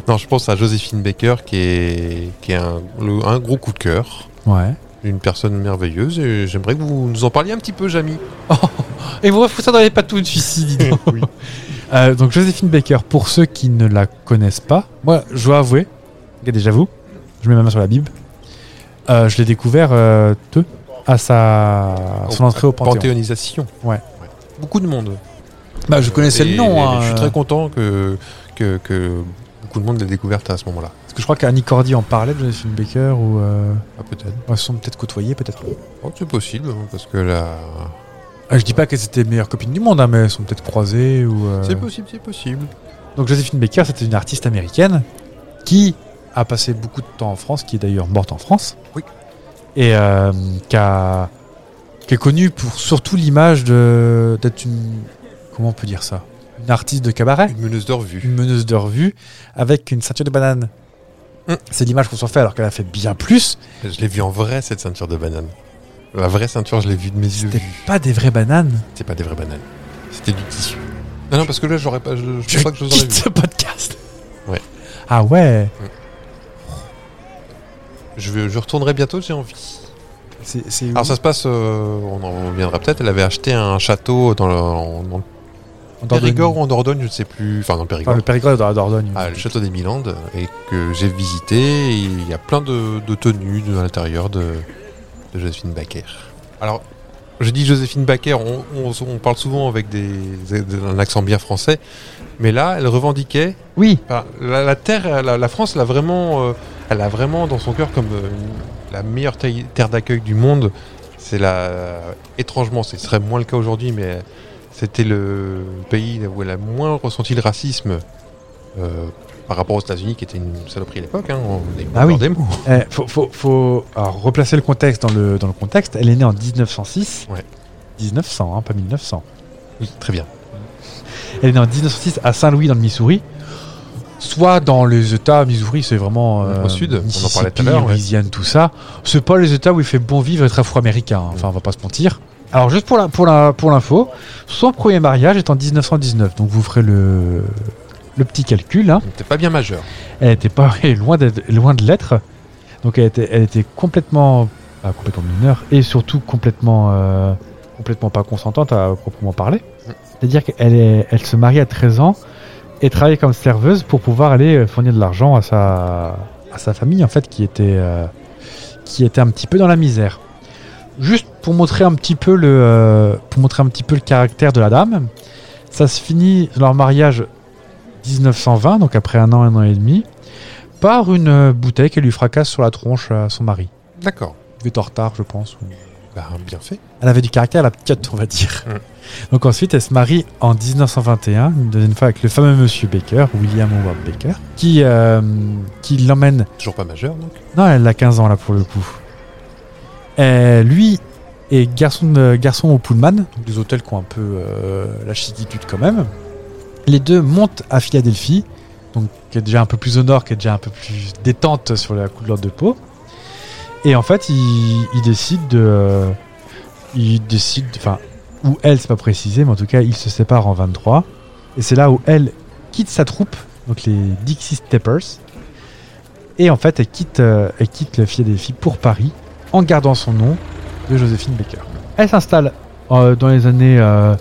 [SPEAKER 1] Non, je pense à Joséphine Baker qui est, qui est un, le- un gros coup de cœur.
[SPEAKER 2] Ouais.
[SPEAKER 1] une personne merveilleuse et j'aimerais que vous nous en parliez un petit peu, Jamy.
[SPEAKER 4] Et vous refoutez ça dans les patous de suicide, dis donc. Euh, donc Joséphine Baker, pour ceux qui ne la connaissent pas, moi je dois avouer, regardez j'avoue, je mets ma main sur la Bible, euh, je l'ai découvert euh, te- à sa à son entrée au Panthéon.
[SPEAKER 1] Panthéonisation.
[SPEAKER 4] Ouais.
[SPEAKER 1] Beaucoup de monde.
[SPEAKER 2] Bah, je connaissais
[SPEAKER 1] Et-
[SPEAKER 2] le nom.
[SPEAKER 1] et
[SPEAKER 2] hein.
[SPEAKER 1] Je suis très content que, que, que beaucoup de monde l'ait découverte à ce moment-là.
[SPEAKER 2] Parce que je crois qu'Annie Cordy en parlait de Joséphine Baker ou euh,
[SPEAKER 1] Ah, peut-être.
[SPEAKER 2] elles se sont peut-être côtoyées, peut-être.
[SPEAKER 1] Oh, c'est possible, hein, parce que là.
[SPEAKER 2] Ah, je dis pas qu'elles étaient les meilleures copines du monde, hein, mais elles sont peut-être croisées ou. euh,
[SPEAKER 1] C'est possible, c'est possible.
[SPEAKER 2] Donc Joséphine Baker, c'était une artiste américaine qui a passé beaucoup de temps en France, qui est d'ailleurs morte en France.
[SPEAKER 1] Oui.
[SPEAKER 2] Et euh, qui, a- qui est connue pour surtout l'image de d'être une comment on peut dire ça, une artiste de cabaret,
[SPEAKER 1] Une meneuse d'or vue.
[SPEAKER 2] une meneuse de revue avec une ceinture de banane.
[SPEAKER 1] Mm.
[SPEAKER 2] C'est l'image qu'on s'en fait alors qu'elle a fait bien plus.
[SPEAKER 1] Je l'ai vue en vrai, cette ceinture de banane. La vraie ceinture, je l'ai vue de mes yeux.
[SPEAKER 2] C'était pas des vraies bananes.
[SPEAKER 1] C'est pas des vraies bananes. C'était du tissu. Non, non, parce que là, j'aurais pas. Je, je pense pas que je vous aurais
[SPEAKER 2] quitte
[SPEAKER 1] vu.
[SPEAKER 2] ce podcast.
[SPEAKER 1] Ouais.
[SPEAKER 2] Ah ouais.
[SPEAKER 1] Je, vais- je retournerai bientôt, j'ai envie.
[SPEAKER 2] C'est c'est où
[SPEAKER 1] Alors, ça se passe, euh, on en reviendra peut-être. Elle avait acheté un château dans le, en- dans le
[SPEAKER 2] En Dordogne.
[SPEAKER 1] Périgord ou en Dordogne, je ne sais plus. Enfin, dans le Périgord.
[SPEAKER 2] Enfin, le Périgord est dans la Dordogne.
[SPEAKER 1] Ah, le château des Milandes, et que j'ai visité. et Il y a plein de, de tenues de- à l'intérieur de, de Joséphine Baker. Alors, je dis Joséphine Baker, on, on- on parle souvent avec des, des- un accent bien français, mais là, elle revendiquait.
[SPEAKER 4] Oui,
[SPEAKER 1] enfin, la, la terre, la, la France, l'a vraiment, euh, elle a vraiment dans son cœur comme euh, une- la meilleure taille- terre d'accueil du monde. C'est la. euh, Étrangement, ce serait moins le cas aujourd'hui, mais c'était le pays où elle a moins ressenti le racisme euh, par rapport aux États-Unis, qui était une saloperie à l'époque. hein, on est pas
[SPEAKER 4] Ah oui.
[SPEAKER 1] encore des mots.
[SPEAKER 2] Eh, faut, faut, faut- alors, replacer le contexte dans le, dans le contexte. Elle est née en 1906.
[SPEAKER 1] Ouais.
[SPEAKER 2] 1900, hein, pas 1900.
[SPEAKER 1] Oui, très bien.
[SPEAKER 2] Elle est née en 1906 à Saint-Louis, dans le Missouri. Soit dans les États, Missouri, c'est vraiment euh,
[SPEAKER 1] Au sud, on en
[SPEAKER 2] Mississippi,
[SPEAKER 1] parlait tout à l'heure, ouais.
[SPEAKER 2] Louisiane, tout ça. C'est pas les États où il fait bon vivre être afro-américain. hein. Enfin, on va pas se mentir. Alors, juste pour la, pour la, pour l'info, son premier mariage est en 1919. Donc, vous ferez le, le petit calcul. Hein.
[SPEAKER 1] On n'était pas bien majeur.
[SPEAKER 2] Elle était pas elle est loin d'être loin de l'être. Donc elle était, elle était complètement pas complètement mineure et surtout complètement euh, complètement pas consentante à proprement parler.
[SPEAKER 4] c'est-à-dire qu'elle est, elle se marie à 13 ans et travaille comme serveuse pour pouvoir aller euh, fournir de l'argent à sa,
[SPEAKER 2] À sa famille en fait qui était euh, qui était un petit peu dans la misère. Juste pour montrer un petit peu le euh, pour montrer un petit peu le caractère de la dame, ça se finit leur mariage 1920 donc après un an un an et demi par une euh, bouteille qu'elle lui fracasse sur la tronche à son mari.
[SPEAKER 1] D'accord.
[SPEAKER 2] Il était en retard je pense. ou-
[SPEAKER 1] Bah, bien fait.
[SPEAKER 2] Elle avait du caractère, la petite, on va dire.
[SPEAKER 1] Mm.
[SPEAKER 2] Donc ensuite, elle se marie en 1921, une deuxième fois avec le fameux monsieur Baker, William Howard Baker, qui, euh, qui l'emmène.
[SPEAKER 1] Toujours pas majeur, donc.
[SPEAKER 2] Non, elle a 15 ans là pour le coup. Euh, lui est garçon, de- garçon au Pullman, donc des hôtels qui ont un peu euh, la chiquitude quand même. Les deux montent à Philadelphie, donc qui est déjà un peu plus au nord, qui est déjà un peu plus détente sur la couleur de peau. Et en fait, ils ils décident de. Ils décident. Enfin, ou elle, c'est pas précisé, mais en tout cas, ils se séparent en 23. Et c'est là où elle quitte sa troupe, donc les Dixie Steppers. Et en fait, elle quitte, euh, elle quitte la Philadelphie pour Paris en gardant son nom de Joséphine Baker.
[SPEAKER 4] Elle s'installe euh, dans les années euh,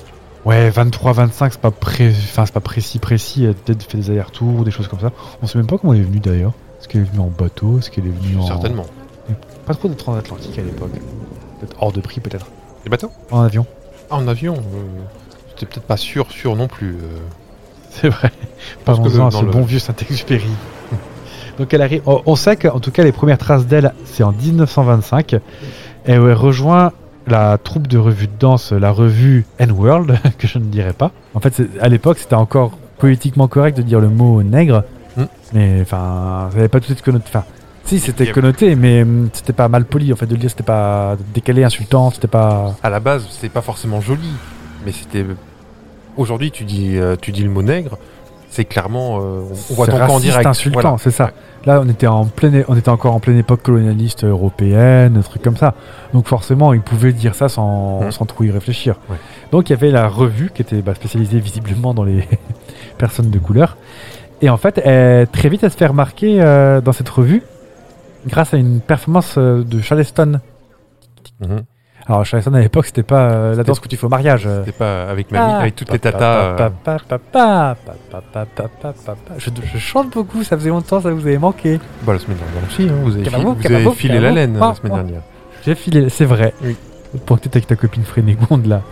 [SPEAKER 4] ouais 23 25 c'est pas pré- enfin c'est pas précis précis elle a peut-être fait des allers-retours des choses comme ça on sait même pas comment elle est venue d'ailleurs est-ce qu'elle est venue en bateau est-ce qu'elle est venue en
[SPEAKER 1] Certainement.
[SPEAKER 4] pas trop de transatlantique à l'époque peut-être hors de prix peut-être
[SPEAKER 1] Les bateaux
[SPEAKER 4] en avion
[SPEAKER 1] Ah, En avion. euh, J'étais peut-être pas sûr, sûr non plus. euh.
[SPEAKER 4] c'est vrai pas
[SPEAKER 1] pense que
[SPEAKER 4] en
[SPEAKER 1] le-
[SPEAKER 4] à
[SPEAKER 1] dans
[SPEAKER 4] ce
[SPEAKER 1] le-
[SPEAKER 4] bon vieux Saint-Exupéry donc elle arrive on, on sait qu'en tout cas les premières traces d'elle c'est en 1925 et elle rejoint la troupe de revue de danse, la revue N-World, que je ne dirai pas. En fait, c'est- à l'époque, c'était encore politiquement correct de dire le mot nègre,
[SPEAKER 1] Mm.
[SPEAKER 4] mais enfin, ça n'avait pas tout de suite connoté. Enfin, si, c'était
[SPEAKER 1] Yep.
[SPEAKER 4] connoté, mais hum, c'était pas mal poli, en fait, de le dire, c'était pas décalé, insultant, c'était pas.
[SPEAKER 1] à la base, c'est pas forcément joli, mais c'était. Aujourd'hui, tu dis, euh, tu dis le mot nègre, c'est clairement. euh, on- on voit
[SPEAKER 4] C'est
[SPEAKER 1] ton camp en
[SPEAKER 4] raciste,
[SPEAKER 1] direct.
[SPEAKER 4] insultant,
[SPEAKER 1] Voilà.
[SPEAKER 4] c'est ça. Là, on était, en pleine, on était encore en pleine époque colonialiste européenne, un truc comme ça. Donc forcément, ils pouvaient dire ça sans,
[SPEAKER 1] Mm.
[SPEAKER 4] sans trop y réfléchir.
[SPEAKER 1] Ouais.
[SPEAKER 4] Donc il y avait la revue qui était bah, spécialisée visiblement dans les personnes de couleur. Et en fait, elle- très vite, elle se fait remarquer euh, dans cette revue grâce à une performance euh, de Charleston.
[SPEAKER 1] Mhm.
[SPEAKER 2] Alors, Charleston à l'époque, c'était pas euh, la
[SPEAKER 1] C'était-
[SPEAKER 2] danse que tu fais au mariage. euh.
[SPEAKER 1] C'était pas avec mamie,
[SPEAKER 2] Ah.
[SPEAKER 1] avec toutes les
[SPEAKER 2] Pa, pa,
[SPEAKER 1] tatas.
[SPEAKER 2] pa,
[SPEAKER 1] euh,
[SPEAKER 2] pa, pa, pa, pa, pa, pa, pa, pa, pa, pa. Je, je chante beaucoup, ça faisait longtemps, ça vous avait manqué.
[SPEAKER 1] Bah, la semaine dernière aussi, hein, vous avez,
[SPEAKER 2] Cababou,
[SPEAKER 1] fi- vous
[SPEAKER 2] cababou,
[SPEAKER 1] avez filé la
[SPEAKER 2] cababou.
[SPEAKER 1] laine euh,
[SPEAKER 2] Ah,
[SPEAKER 1] la semaine
[SPEAKER 2] ah.
[SPEAKER 1] dernière.
[SPEAKER 2] J'ai filé, c'est vrai.
[SPEAKER 1] Oui.
[SPEAKER 2] Pour que t'étais avec ta copine Frénégonde là.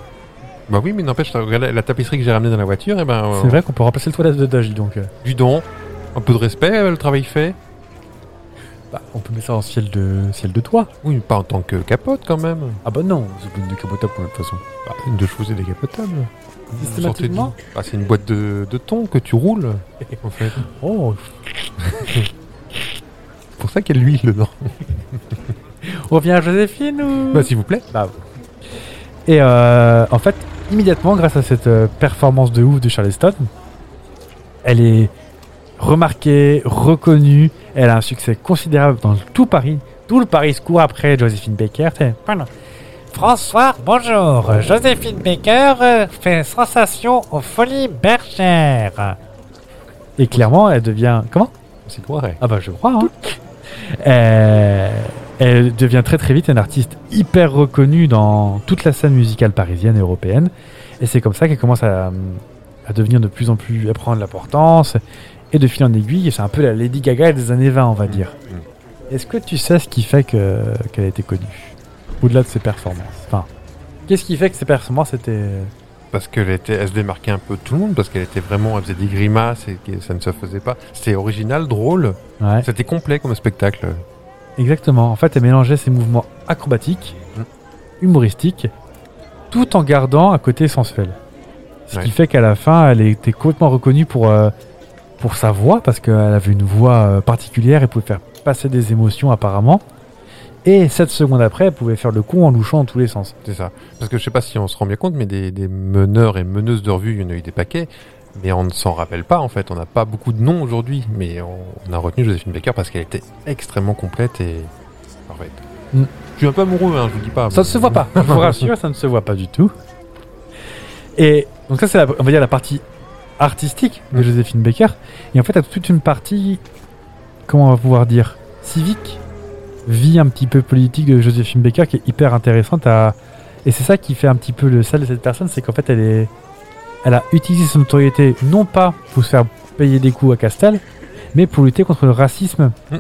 [SPEAKER 1] Bah oui, mais n'empêche, regardez, la tapisserie que j'ai ramenée dans la voiture, et ben, euh,
[SPEAKER 2] C'est vrai qu'on peut remplacer le toit de Doge, dis donc. euh.
[SPEAKER 1] du don, un peu de respect, euh, le travail fait.
[SPEAKER 2] Bah, on peut mettre ça en ciel de, ciel de toit.
[SPEAKER 1] Oui, mais pas en tant que capote quand même.
[SPEAKER 2] Ah bah non, c'est une de cabotable de toute façon.
[SPEAKER 1] Bah, une de choses est décapotable. Vous sortez de-
[SPEAKER 2] Systématiquement
[SPEAKER 1] Bah, c'est une boîte de, de thon que tu roules, en fait.
[SPEAKER 2] Oh,
[SPEAKER 1] C'est pour ça qu'il y a de l'huile dedans.
[SPEAKER 2] on revient à Joséphine ou
[SPEAKER 1] Bah, s'il vous plaît.
[SPEAKER 2] Et euh, en fait, immédiatement, grâce à cette euh, performance de ouf de Charleston, elle est remarquée, reconnue, elle a un succès considérable dans tout Paris. Tout le Paris se court après Joséphine Baker. C'est- Pardon. François, bonjour. Joséphine Baker euh, fait sensation aux folies bergères. Et clairement, elle devient... Comment
[SPEAKER 1] C'est croirait.
[SPEAKER 2] Ah bah je crois. hein. Euh, elle devient très très vite une artiste hyper reconnue dans toute la scène musicale parisienne et européenne. Et c'est comme ça qu'elle commence à, à devenir de plus en plus, à prendre l'importance. Et de fil en aiguille, c'est un peu la Lady Gaga des années 20, on va dire. Est-ce que tu sais ce qui fait que- qu'elle a été connue Au-delà de ses performances. Enfin, qu'est-ce qui fait que ses performances étaient...
[SPEAKER 1] Parce qu'elle était, elle se démarquait un peu de tout le monde, parce qu'elle était vraiment, elle faisait des grimaces et que ça ne se faisait pas. C'était original, drôle.
[SPEAKER 2] Ouais.
[SPEAKER 1] C'était complet comme spectacle.
[SPEAKER 2] Exactement. En fait, elle mélangeait ses mouvements acrobatiques,
[SPEAKER 1] Mm.
[SPEAKER 2] humoristiques, tout en gardant un côté sensuel. Ce
[SPEAKER 1] Ouais.
[SPEAKER 2] qui fait qu'à la fin, elle était complètement reconnue pour, euh, pour sa voix, parce qu'elle avait une voix euh, particulière et pouvait faire passer des émotions apparemment. Et 7 secondes après, elle pouvait faire le con en louchant dans tous les sens.
[SPEAKER 1] C'est ça. Parce que je sais pas si on se rend bien compte, mais des, des meneurs et meneuses de revue, il y en a eu des paquets. Mais on ne s'en rappelle pas, en fait. On n'a pas beaucoup de noms aujourd'hui. Mais on, on a retenu Joséphine Baker parce qu'elle était extrêmement complète et parfaite.
[SPEAKER 2] Mm.
[SPEAKER 1] Je suis un peu amoureux, hein, je vous dis pas.
[SPEAKER 2] Ça ne se voit pas, je vous rassure, ça ne se voit pas du tout. Et donc ça c'est la- on va dire la partie artistique de Joséphine Baker. Et en fait, elle a toute une partie, comment on va pouvoir dire, civique, vie un petit peu politique de Joséphine Baker qui est hyper intéressante à... Et c'est ça qui fait un petit peu le sale de cette personne, c'est qu'en fait elle est... Elle a utilisé son notoriété non pas pour se faire payer des coups à Castel, mais pour lutter contre le racisme,
[SPEAKER 1] Mm.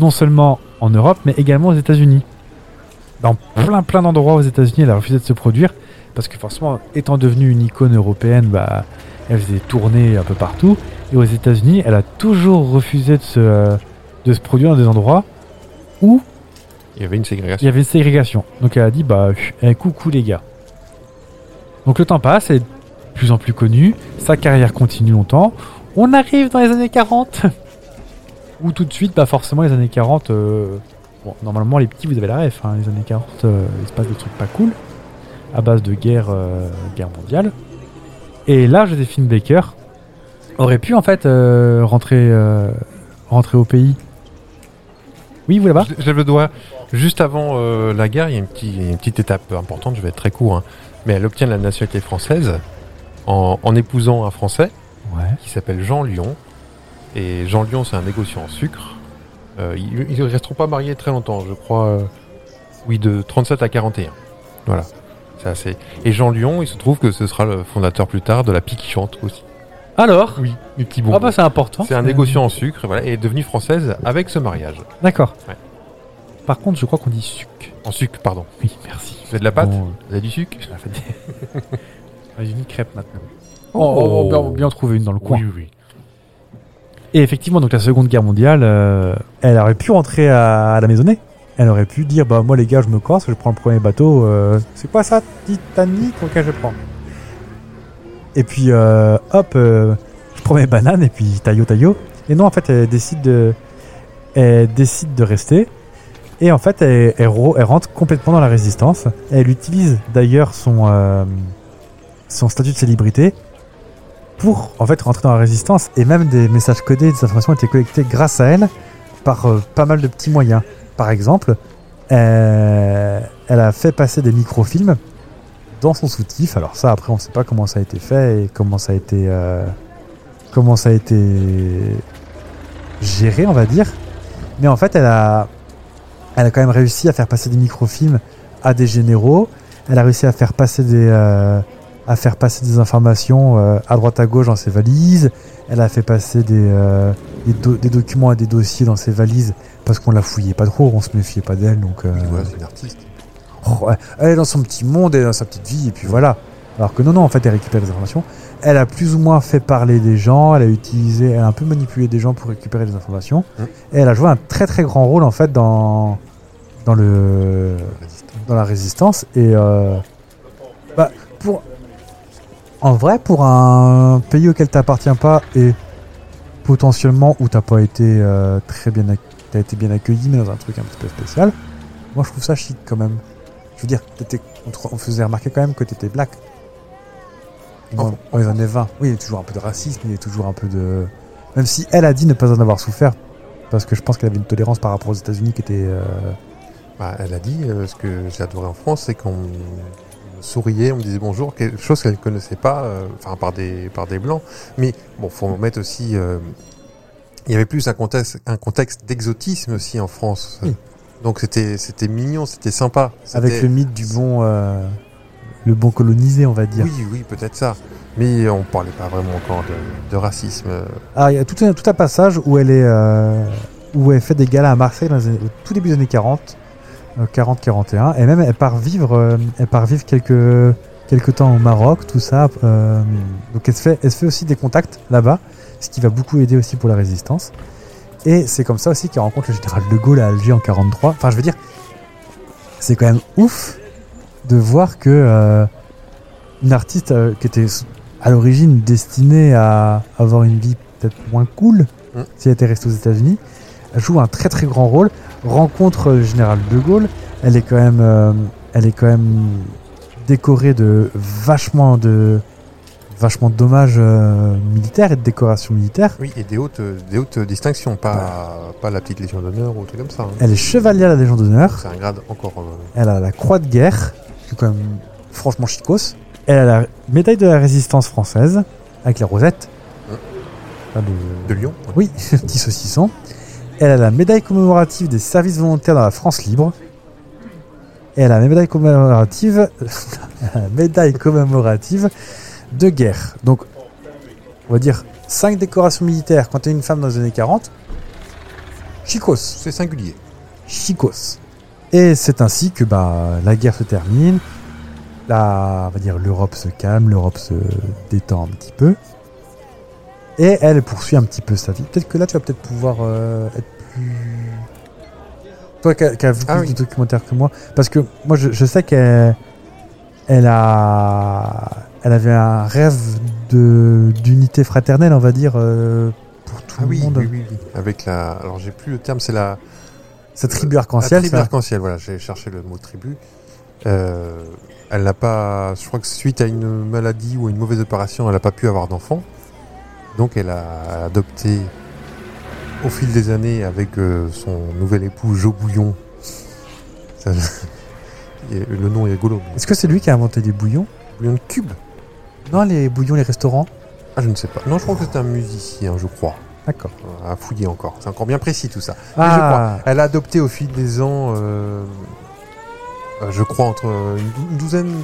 [SPEAKER 2] non seulement en Europe, mais également aux États-Unis dans plein plein d'endroits aux États-Unis, elle a refusé de se produire parce que forcément, étant devenue une icône européenne, bah, elle faisait tourner un peu partout. Et aux États-Unis, elle a toujours refusé de se, euh, de se produire dans des endroits où
[SPEAKER 1] Il y avait une
[SPEAKER 2] il
[SPEAKER 1] ségrégation.
[SPEAKER 2] y avait une ségrégation. Donc elle a dit bah eh, coucou les gars. Donc le temps passe, elle est de plus en plus connue, sa carrière continue longtemps. On arrive dans les années 40 où tout de suite bah forcément les années 40 euh, bon, normalement les petits vous avez la ref hein, les années 40 euh, il se passe des trucs pas cool à base de guerre euh, guerre mondiale. Et là Joséphine Baker aurait pu en fait euh, rentrer euh, rentrer au pays. Oui, vous là-bas
[SPEAKER 1] Je, je lève le doigt. Juste avant euh, la guerre, il y a une, petite- il y a une petite étape importante, je vais être très court. hein. Mais elle obtient la nationalité française en, en épousant un Français
[SPEAKER 2] Ouais.
[SPEAKER 1] qui s'appelle Jean Lyon. Et Jean Lyon, c'est un négociant en sucre. Euh, ils ils ne resteront pas mariés très longtemps, je crois. euh, oui, de 37 à 41. Voilà. C'est assez. Et Jean Lyon, il se trouve que ce sera le fondateur plus tard de la Pie qui chante aussi.
[SPEAKER 2] Alors
[SPEAKER 1] Oui, du petit bonbon.
[SPEAKER 2] Ah bah c'est important.
[SPEAKER 1] c'est un négociant en sucre, voilà, et est devenue française avec ce mariage.
[SPEAKER 2] Euh, D'accord.
[SPEAKER 1] Ouais.
[SPEAKER 2] Par contre, je crois qu'on dit suc.
[SPEAKER 1] En sucre, pardon.
[SPEAKER 2] Oui, merci.
[SPEAKER 1] Vous avez de la pâte
[SPEAKER 2] Bon, euh,
[SPEAKER 1] Vous avez du sucre
[SPEAKER 2] la fête. J'ai une crêpe maintenant.
[SPEAKER 1] Oh.
[SPEAKER 2] Oh, on bien, bien trouver une dans le coin.
[SPEAKER 1] Oui, oui, oui.
[SPEAKER 2] Et effectivement, donc la Seconde Guerre mondiale, euh, elle aurait pu rentrer à, à la maisonnée. Elle aurait pu dire bah moi les gars je me corse, je prends le premier bateau. euh, c'est quoi ça Titanic Ok je prends. Et puis euh, hop, euh, je prends mes bananes et puis taillot taillot. Et non en fait elle décide de, elle décide de rester. Et en fait elle, elle ro- elle rentre complètement dans la résistance. Elle utilise d'ailleurs son euh, son statut de célébrité pour en fait rentrer dans la résistance et même des messages codés, des informations étaient collectées grâce à elle par euh, pas mal de petits moyens. Par exemple, euh, elle a fait passer des microfilms dans son soutif. Alors ça, après, on ne sait pas comment ça a été fait et comment ça a été euh, comment ça a été géré, on va dire. Mais en fait, elle a elle a quand même réussi à faire passer des microfilms à des généraux. Elle a réussi à faire passer des, euh, à faire passer des informations euh, à droite à gauche dans ses valises. Elle a fait passer des, euh, des, do- des documents à des dossiers dans ses valises parce qu'on la fouillait pas trop, on se méfiait pas d'elle. Donc, euh,
[SPEAKER 1] Ouais, c'est une artiste.
[SPEAKER 2] Oh, elle est dans son petit monde, elle est dans sa petite vie, et puis voilà. Alors que non, non, en fait, elle récupère des informations. Elle a plus ou moins fait parler des gens, elle a utilisé, elle a un peu manipulé des gens pour récupérer des informations.
[SPEAKER 1] Mm.
[SPEAKER 2] Et elle a joué un très très grand rôle, en fait, dans, dans, le, dans la résistance. Et euh, bah, pour, en vrai, pour un pays auquel t'appartiens pas et potentiellement où t'as pas été euh, très bien, ac- t'as été bien accueilli, mais dans un truc un petit peu spécial, moi je trouve ça chic quand même. Je veux dire, t'étais- on, te- on faisait remarquer quand même que t'étais black. Et Dans, dans les années 20. Oui, il y a toujours un peu de racisme, il y a toujours un peu de. Même si elle a dit ne pas en avoir souffert, parce que je pense qu'elle avait une tolérance par rapport aux États-Unis qui était. euh,
[SPEAKER 1] Bah, elle a dit, euh, ce que j'ai adoré en France, c'est qu'on me souriait, on me disait bonjour, quelque chose qu'elle ne connaissait pas, euh, enfin par des par des blancs. Mais bon, faut mettre aussi, euh, il y avait plus un contexte un contexte d'exotisme aussi en France.
[SPEAKER 2] Oui.
[SPEAKER 1] Donc c'était c'était mignon, c'était sympa.
[SPEAKER 2] avec
[SPEAKER 1] C'était-
[SPEAKER 2] le mythe du bon. euh, le bon colonisé, on va dire.
[SPEAKER 1] Oui, oui, peut-être ça. Mais on parlait pas vraiment encore de, de racisme. euh,
[SPEAKER 2] Alors, Ah, il y a tout un, tout un passage où elle est euh, où elle fait des galas à Marseille dans les années- au tout début des années 40, euh, 40-41, et même elle part vivre, euh, elle part vivre quelques quelques temps au Maroc, tout ça. euh, donc elle se fait, elle se fait aussi des contacts là-bas, ce qui va beaucoup aider aussi pour la résistance. Et c'est comme ça aussi qu'elle rencontre le général de Gaulle à Alger en 43. Enfin, je veux dire, c'est quand même ouf de voir que euh, une artiste euh, qui était à l'origine destinée à avoir une vie peut-être moins cool
[SPEAKER 1] Mm.
[SPEAKER 2] si elle était restée aux États-Unis. Elle joue un très très grand rôle. Rencontre le général de Gaulle. Elle est quand même, euh, elle est quand même décorée de vachement de vachement de dommages euh, militaires et de décorations militaires.
[SPEAKER 1] Oui, et des hautes des hautes distinctions, pas pas la petite légion d'honneur ou un truc comme ça. hein.
[SPEAKER 2] Elle est chevalier à la Légion d'honneur.
[SPEAKER 1] C'est un grade encore. euh,
[SPEAKER 2] Elle a la Croix de guerre, qui est quand même franchement chicos. Elle a la médaille de la résistance française avec la rosette.
[SPEAKER 1] Mm.
[SPEAKER 2] Enfin, le-
[SPEAKER 1] de Lyon.
[SPEAKER 2] Oui, petit saucisson. Elle a la médaille commémorative des services volontaires dans la France libre. Et elle a la médaille commémorative, la médaille commémorative de guerre. Donc, on va dire 5 décorations militaires quand t'es une femme dans les années 40. Chicos
[SPEAKER 1] C'est singulier.
[SPEAKER 2] chicos. Et c'est ainsi que bah, la guerre se termine, la, on va dire l'Europe se calme, l'Europe se détend un petit peu, et elle poursuit un petit peu sa vie. Peut-être que là, tu vas peut-être pouvoir euh, être plus... Toi qui as qui as vu
[SPEAKER 1] Ah
[SPEAKER 2] plus
[SPEAKER 1] oui.
[SPEAKER 2] de documentaires que moi, parce que moi, je, je sais qu'elle elle a, elle avait un rêve de d'unité fraternelle, on va dire, euh, pour tout
[SPEAKER 1] Ah
[SPEAKER 2] le
[SPEAKER 1] oui,
[SPEAKER 2] monde.
[SPEAKER 1] oui, oui, oui. Avec la. Alors j'ai plus le terme, c'est la.
[SPEAKER 2] Cette tribu
[SPEAKER 1] Euh, La
[SPEAKER 2] arc-en-ciel,
[SPEAKER 1] tribu
[SPEAKER 2] ça-
[SPEAKER 1] arc-en-ciel, voilà, j'ai cherché le mot tribu. Euh, elle n'a pas, je crois que suite à une maladie ou à une mauvaise opération, elle n'a pas pu avoir d'enfant. Donc elle a adopté au fil des années avec euh, son nouvel époux Jo Bouillon. Ça- et le nom est rigolo. mais-
[SPEAKER 2] Est-ce que c'est lui qui a inventé les bouillons
[SPEAKER 1] Bouillon de cube
[SPEAKER 2] Non, les bouillons, les restaurants.
[SPEAKER 1] Ah, je ne sais pas. Non, je crois que c'est un musicien, je crois.
[SPEAKER 2] D'accord.
[SPEAKER 1] Euh, À fouiller encore. C'est encore bien précis tout ça. Mais je crois.
[SPEAKER 2] Ah,
[SPEAKER 1] Elle a adopté au fil des ans, euh, euh, je crois, entre euh, une dou- une douzaine,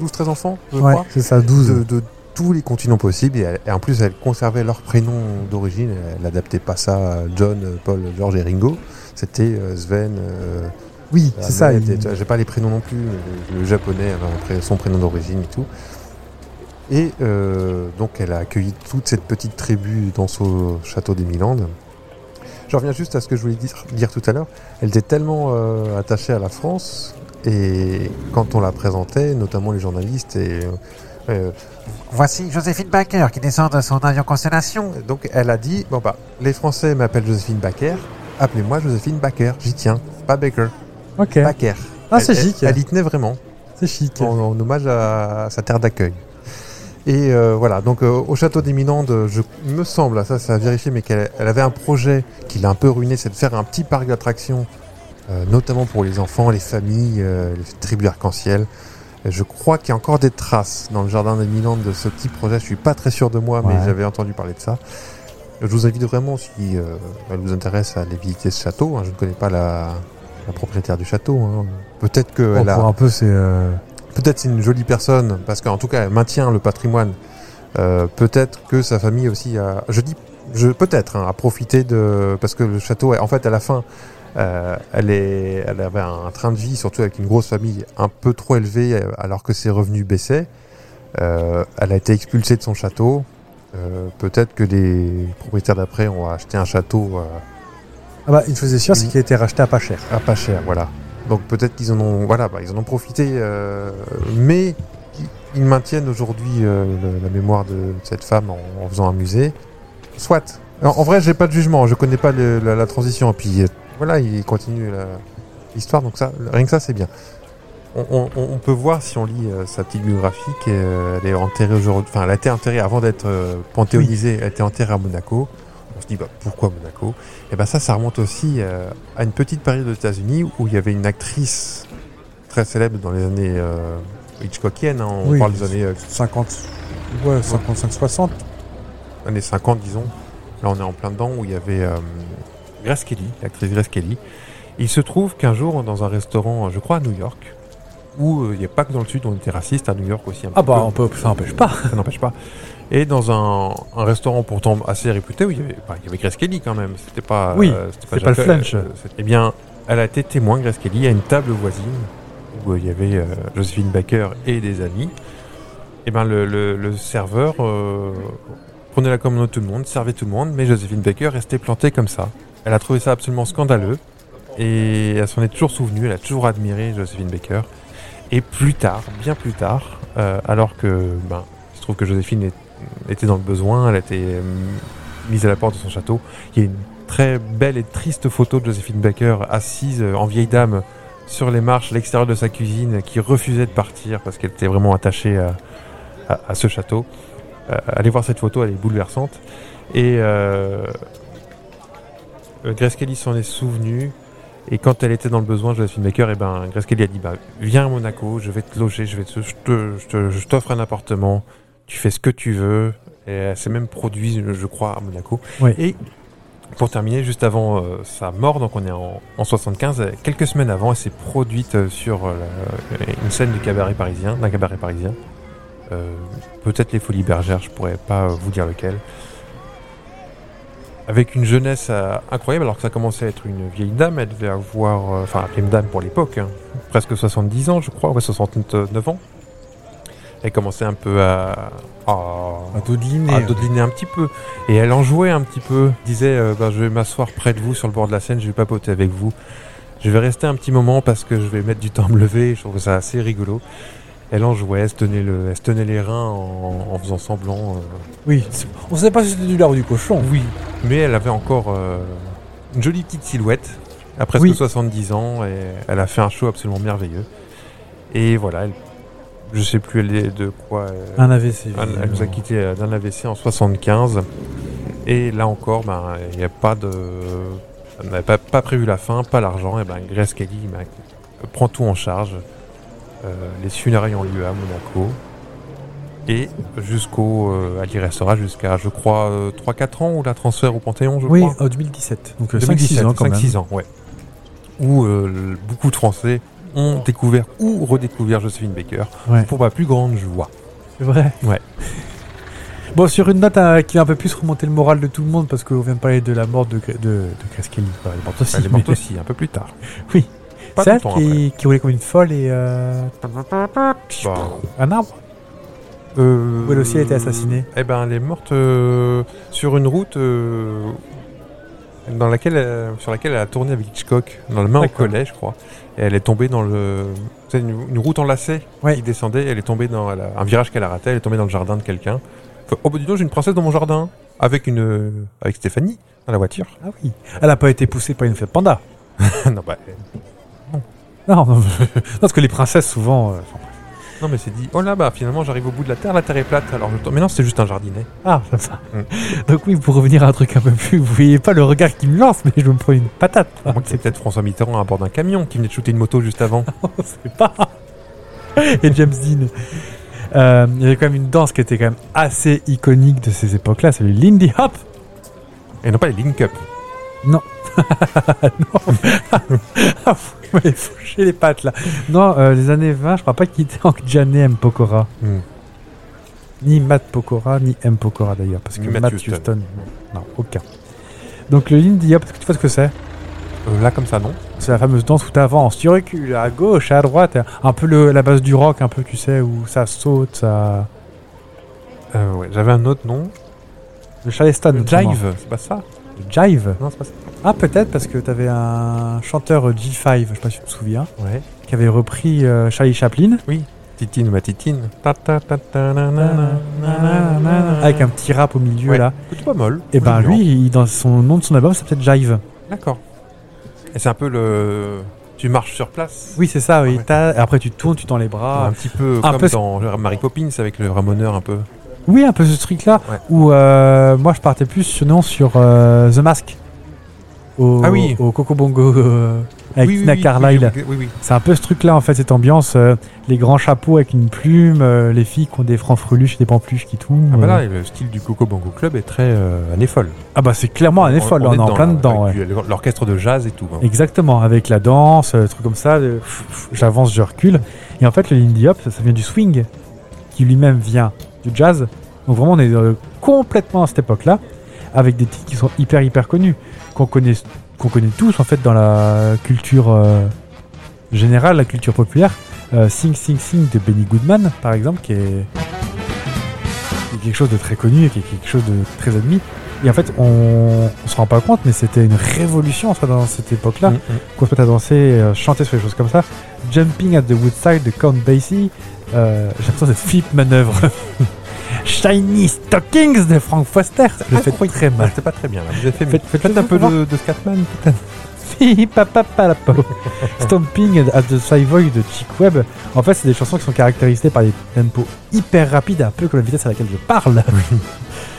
[SPEAKER 1] 12-13 enfants, je
[SPEAKER 2] ouais,
[SPEAKER 1] crois,
[SPEAKER 2] c'est ça, 12.
[SPEAKER 1] de, de tous les continents possibles. Et, elle- et en plus, elle conservait leur prénom d'origine. Elle n'adaptait pas ça à John, Paul, George et Ringo. C'était euh, Sven. euh,
[SPEAKER 2] Oui, c'est ça.
[SPEAKER 1] Ahmed,
[SPEAKER 2] il-
[SPEAKER 1] et tu vois, J'ai pas les prénoms non plus. mais Le, le japonais avait un pré- son prénom d'origine et tout. Et euh, donc, elle a accueilli toute cette petite tribu dans son château des Milandes. Je reviens juste à ce que je voulais dire, dire tout à l'heure. Elle était tellement euh, attachée à la France et quand on la présentait, notamment les journalistes et euh, euh,
[SPEAKER 5] Voici Joséphine Baker qui descend de son avion Constellation.
[SPEAKER 1] donc elle a dit bon bah les Français m'appellent Joséphine Baker, appelez-moi Joséphine Baker, j'y tiens, pas Baker,
[SPEAKER 2] Ok.
[SPEAKER 1] Baker.
[SPEAKER 2] Ah, c'est
[SPEAKER 1] Elle- elle-
[SPEAKER 2] chic.
[SPEAKER 1] elle y tenait vraiment.
[SPEAKER 2] C'est chic.
[SPEAKER 1] en, en hommage à, à sa terre d'accueil. Et euh, voilà, donc euh, au château des Minandes, je il me semble, ça ça a vérifié, mais qu'elle elle avait un projet qui l'a un peu ruiné, c'est de faire un petit parc d'attractions, euh, notamment pour les enfants, les familles, euh, les tribus arc-en-ciel. Et Je crois qu'il y a encore des traces dans le jardin des Minandes de ce petit projet. Je suis pas très sûr de moi, mais
[SPEAKER 2] Ouais.
[SPEAKER 1] j'avais entendu parler de ça. Je vous invite vraiment, si euh, elle vous intéresse, à aller visiter ce château. hein. Je ne connais pas la, la propriétaire du château. hein. Peut-être que
[SPEAKER 2] Bon,
[SPEAKER 1] elle a-
[SPEAKER 2] Pour un peu, c'est. euh,
[SPEAKER 1] peut-être c'est une jolie personne, parce qu'en tout cas, elle maintient le patrimoine. Euh, peut-être que sa famille aussi a, je dis, je peut-être hein, a profité de, parce que le château, en fait, à la fin, euh, elle est, elle avait un train de vie, surtout avec une grosse famille, un peu trop élevée, euh, alors que ses revenus baissaient. Euh, elle a été expulsée de son château. Euh, peut-être que les propriétaires d'après ont acheté un château. euh,
[SPEAKER 2] Ah bah, une chose est sûre, c'est
[SPEAKER 1] Mhm.
[SPEAKER 2] qu'il a été racheté à pas cher.
[SPEAKER 1] ah, pas cher, voilà. Donc peut-être qu'ils en ont, voilà, bah, ils en ont profité, euh, mais ils- ils maintiennent aujourd'hui euh, le- la mémoire de, de cette femme en, en faisant un musée. Soit. En, en vrai, j'ai pas de jugement, je connais pas le- la, la transition. Et puis euh, voilà, il continue la- l'histoire, donc ça, rien que ça, c'est bien. On, on- on peut voir si on lit euh, sa petite biographie qu'elle est enterrée aujourd'hui. Enfin, elle a été enterrée avant d'être euh, panthéonisée. Elle a été enterrée à Monaco. On se dit bah, pourquoi Monaco Et ben ça, ça remonte aussi euh, à une petite période aux États-Unis où il y avait une actrice très célèbre dans les années euh, Hitchcockiennes. hein, on
[SPEAKER 2] Oui.
[SPEAKER 1] parle des années, euh,
[SPEAKER 2] 50. Ouais, 55, 60.
[SPEAKER 1] années 50, disons. Là, on est en plein dedans où il y avait euh, Grace Kelly, l'actrice Grace Kelly. Il se trouve qu'un jour, dans un restaurant, je crois à New York, où euh, il n'y a pas que dans le sud, on était raciste à New York aussi. un
[SPEAKER 2] Ah
[SPEAKER 1] petit
[SPEAKER 2] bah,
[SPEAKER 1] peu.
[SPEAKER 2] on peut, ça n'empêche pas.
[SPEAKER 1] ça n'empêche pas. Et dans un, un restaurant pourtant assez réputé où il y avait, bah, il y avait Grace Kelly quand même, c'était pas.
[SPEAKER 2] Oui,
[SPEAKER 1] c'était
[SPEAKER 2] c'est pas
[SPEAKER 1] Jack-
[SPEAKER 2] le flunch.
[SPEAKER 1] euh, c'était- Eh bien, elle a été témoin, Grace Kelly, à une table voisine où il y avait euh, Josephine Baker et des amis. Et ben le, le- le serveur euh, prenait la commande de tout le monde, servait tout le monde, mais Josephine Baker restait plantée comme ça. Elle a trouvé ça absolument scandaleux et elle s'en est toujours souvenue, elle a toujours admiré Josephine Baker. Et plus tard, bien plus tard, euh, alors que ben, il se trouve que Joséphine est- était dans le besoin, elle a été euh, mise à la porte de son château, il y a une très belle et triste photo de Joséphine Baker assise euh, en vieille dame sur les marches à l'extérieur de sa cuisine qui refusait de partir parce qu'elle était vraiment attachée à, à- à ce château. Euh, allez voir cette photo, elle est bouleversante. Et euh, euh, Grace Kelly s'en est souvenue. Et quand elle était dans le besoin, Joséphine Baker, et ben, Grace Kelly a dit bah, Viens à Monaco, je vais te loger, je vais te- je te- je te- je t'offre un appartement, tu fais ce que tu veux. Et elle s'est même produite, je- je crois, à Monaco.
[SPEAKER 2] Oui.
[SPEAKER 1] Et pour terminer, juste avant euh, sa mort, donc on est en, en 75, euh, quelques semaines avant, elle s'est produite euh, sur euh, la- une scène du cabaret parisien, d'un cabaret parisien. Euh, Peut-être les Folies Bergères, je pourrais pas euh, vous dire lequel. Avec une jeunesse euh, incroyable, alors que ça commençait à être une vieille dame, elle devait avoir, euh, enfin, une dame pour l'époque, hein, presque 70 ans, je crois, ouais, 69 ans. Elle commençait un peu à- à
[SPEAKER 2] Un dos de ligne.
[SPEAKER 1] à dodeliner un petit peu. Et elle en jouait un petit peu. Disait, euh, ben, je vais m'asseoir près de vous sur le bord de la Seine, je vais papoter avec vous. Je vais rester un petit moment parce que je vais mettre du temps à me lever. Je trouve ça assez rigolo. Elle en jouait, elle se tenait, le, elle se tenait les reins en, en faisant semblant. euh.
[SPEAKER 2] Oui. On savait pas si c'était du lard ou du cochon.
[SPEAKER 1] Oui. Mais elle avait encore euh, une jolie petite silhouette. À presque
[SPEAKER 2] Oui.
[SPEAKER 1] 70 ans, et elle a fait un show absolument merveilleux. Et voilà, elle- je sais plus elle est de quoi. euh,
[SPEAKER 2] Un AVC.
[SPEAKER 1] elle, elle nous a quitté euh, d'un AVC en 75. Et là encore, ben, il n'y a pas de. Elle n'avait pas, pas prévu la fin, pas l'argent. Et ben, Grace Kelly ben, prend tout en charge. Euh, les funérailles ont lieu à Monaco. Et jusqu'au. euh, elle y restera jusqu'à, je crois, euh, 3-4 ans ou la transfert au Panthéon, je
[SPEAKER 2] Oui,
[SPEAKER 1] crois.
[SPEAKER 2] en 2017. Donc euh,
[SPEAKER 1] 2017,
[SPEAKER 2] 5-6 ans hein, quand même.
[SPEAKER 1] 5-6 ans, ouais. Où euh, le- beaucoup de Français ont découvert ou redécouvert Josephine Baker
[SPEAKER 2] Ouais.
[SPEAKER 1] pour ma plus grande joie.
[SPEAKER 2] C'est vrai.
[SPEAKER 1] Ouais.
[SPEAKER 2] Bon, sur une note euh, qui va un peu plus remonter le moral de tout le monde, parce qu'on vient de parler de la mort de, Gra- de, de Grace Kelly. Enfin, elle est morte aussi.
[SPEAKER 1] Elle est morte
[SPEAKER 2] mais-
[SPEAKER 1] Bah, aussi, un peu plus tard.
[SPEAKER 2] Oui.
[SPEAKER 1] Pas
[SPEAKER 2] Celle
[SPEAKER 1] longtemps après.
[SPEAKER 2] qui, qui roulait comme une folle et. euh,
[SPEAKER 1] Bah,
[SPEAKER 2] un arbre
[SPEAKER 1] euh,
[SPEAKER 2] Où elle aussi a été assassinée.
[SPEAKER 1] Eh ben, elle est morte euh, sur une route euh, dans laquelle, elle- sur laquelle elle a tourné avec Hitchcock, dans le main au
[SPEAKER 2] D'accord.
[SPEAKER 1] collet, je crois. Et elle est tombée dans le. C'est une, une route en lacet
[SPEAKER 2] Ouais.
[SPEAKER 1] qui descendait. Elle est tombée dans elle a- un virage qu'elle a raté. Elle est tombée dans le jardin de quelqu'un. Fait, oh, bah dis donc, j'ai une princesse dans mon jardin. Avec une. euh, avec Stéphanie, dans la voiture.
[SPEAKER 2] Ah oui. Elle n'a pas été poussée par une fête panda.
[SPEAKER 1] non, bah,
[SPEAKER 2] Non, non, non, parce que les princesses, souvent. euh, enfin,
[SPEAKER 1] non, mais c'est dit. Oh là, bah, finalement, j'arrive au bout de la terre. La terre est plate. Alors, je tombe- Mais non, c'est juste un jardinet.
[SPEAKER 2] Ah, j'aime ça.
[SPEAKER 1] Mm.
[SPEAKER 2] Donc oui, pour revenir à un truc un peu plus, vous voyez pas le regard qui me lance, mais je me prends une patate.
[SPEAKER 1] À moins que c'est peut-être François Mitterrand à bord d'un camion qui venait de shooter une moto juste avant.
[SPEAKER 2] On sait pas. Et James Dean. Euh, il y avait quand même une danse qui était quand même assez iconique de ces époques-là, c'est le Lindy Hop.
[SPEAKER 1] Et non pas les Link Up.
[SPEAKER 2] Ah non. Ah,
[SPEAKER 8] Vous m'avez fouché les pattes là.
[SPEAKER 2] Non, euh, les années 20, je crois pas qu'il était en Gianni M. Pokora.
[SPEAKER 1] Hmm.
[SPEAKER 2] Ni Matt Pokora, ni M. Pokora d'ailleurs, parce que
[SPEAKER 1] Ni Matt
[SPEAKER 2] Matt
[SPEAKER 1] Houston.
[SPEAKER 2] Houston, non, aucun. Donc le Lindy Hop, est-ce que tu vois ce que c'est
[SPEAKER 1] Euh, là, comme ça, non
[SPEAKER 2] C'est la fameuse danse où t'avances, tu recules à gauche, à droite, un peu le- la base du rock, un peu, tu sais, où ça saute, ça...
[SPEAKER 1] Euh, ouais, J'avais un autre nom.
[SPEAKER 2] Le Charleston,
[SPEAKER 1] Le
[SPEAKER 2] notamment.
[SPEAKER 1] Jive, c'est pas ça
[SPEAKER 2] Le Jive
[SPEAKER 1] Non, c'est pas ça.
[SPEAKER 2] Ah, peut-être, parce que t'avais un chanteur euh, G5, je sais pas si tu te souviens,
[SPEAKER 1] Ouais.
[SPEAKER 2] qui avait repris euh, Charlie Chaplin,
[SPEAKER 1] Titine, ma titine. Ta ta ta ta na na na na na na na.
[SPEAKER 2] avec un petit rap au milieu,
[SPEAKER 1] Ouais.
[SPEAKER 2] là.
[SPEAKER 1] Plutôt pas molle.
[SPEAKER 2] Et ben
[SPEAKER 1] Junior.
[SPEAKER 2] lui, il- dans son nom de son album, ça peut-être Jive.
[SPEAKER 1] D'accord. Et c'est un peu le. Tu marches sur place.
[SPEAKER 2] Oui, c'est ça, oui.
[SPEAKER 1] Ah Ouais.
[SPEAKER 2] t'as- Après, tu tournes, tu tends les bras.
[SPEAKER 1] Un petit peu
[SPEAKER 2] Un
[SPEAKER 1] comme
[SPEAKER 2] peu-
[SPEAKER 1] dans Mary Poppins avec le ramoneur un peu.
[SPEAKER 2] Oui, un peu ce truc-là,
[SPEAKER 1] Ouais.
[SPEAKER 2] où euh, moi, je partais plus sur- non, sur euh, The Mask. Au,
[SPEAKER 1] Ah oui.
[SPEAKER 2] Au Coco Bongo, euh, avec
[SPEAKER 1] Oui, oui,
[SPEAKER 2] Tina
[SPEAKER 1] oui,
[SPEAKER 2] Carlyle.
[SPEAKER 1] Oui, oui, oui.
[SPEAKER 2] C'est un peu ce truc-là, en fait, cette ambiance. euh, les grands chapeaux avec une plume, euh, les filles qui ont des francs-freluches et des pampluches qui tombent.
[SPEAKER 1] Ah bah
[SPEAKER 2] euh.
[SPEAKER 1] là, le style du Coco Bango Club est très euh, année folle.
[SPEAKER 2] Ah bah, c'est clairement un effort, là, on est en plein
[SPEAKER 1] là,
[SPEAKER 2] dedans. ouais.
[SPEAKER 1] avec du- L'orchestre de jazz et tout. hein.
[SPEAKER 2] Exactement, avec la danse, euh, trucs comme ça, euh, pff, pff, j'avance, je recule. Et en fait, le lindy hop, ça, ça vient du swing, qui lui-même vient du jazz. Donc vraiment, on est euh, complètement à cette époque-là, avec des titres qui sont hyper, hyper connus, qu'on connaît, qu'on connaît tous, en fait, dans la culture euh, générale, la culture populaire. Euh, sing Sing Sing de Benny Goodman, par exemple, qui est, qui est quelque chose de très connu et qui est quelque chose de très admis. Et en fait, on, on se rend pas compte, mais c'était une révolution, ça, dans cette époque-là
[SPEAKER 1] Mm, mm.
[SPEAKER 2] qu'on se mette à danser, euh, chanter sur des choses comme ça. Jumping at the Woodside de Count Basie. Euh, J'ai l'impression d'être Philippe Manœuvre. Shiny Stockings de Frank Foster. Je le fais très
[SPEAKER 1] Ah,
[SPEAKER 2] mal.
[SPEAKER 1] C'était pas très bien. là. Vous avez fait
[SPEAKER 2] Faites- faites-
[SPEAKER 1] faites un peu
[SPEAKER 2] voir.
[SPEAKER 1] de, de Scatman.
[SPEAKER 2] Pipapapalapo. Stomping at the Savoy de Chick Webb. En fait, c'est des chansons qui sont caractérisées par des tempos hyper rapides, un peu comme la vitesse à laquelle je parle.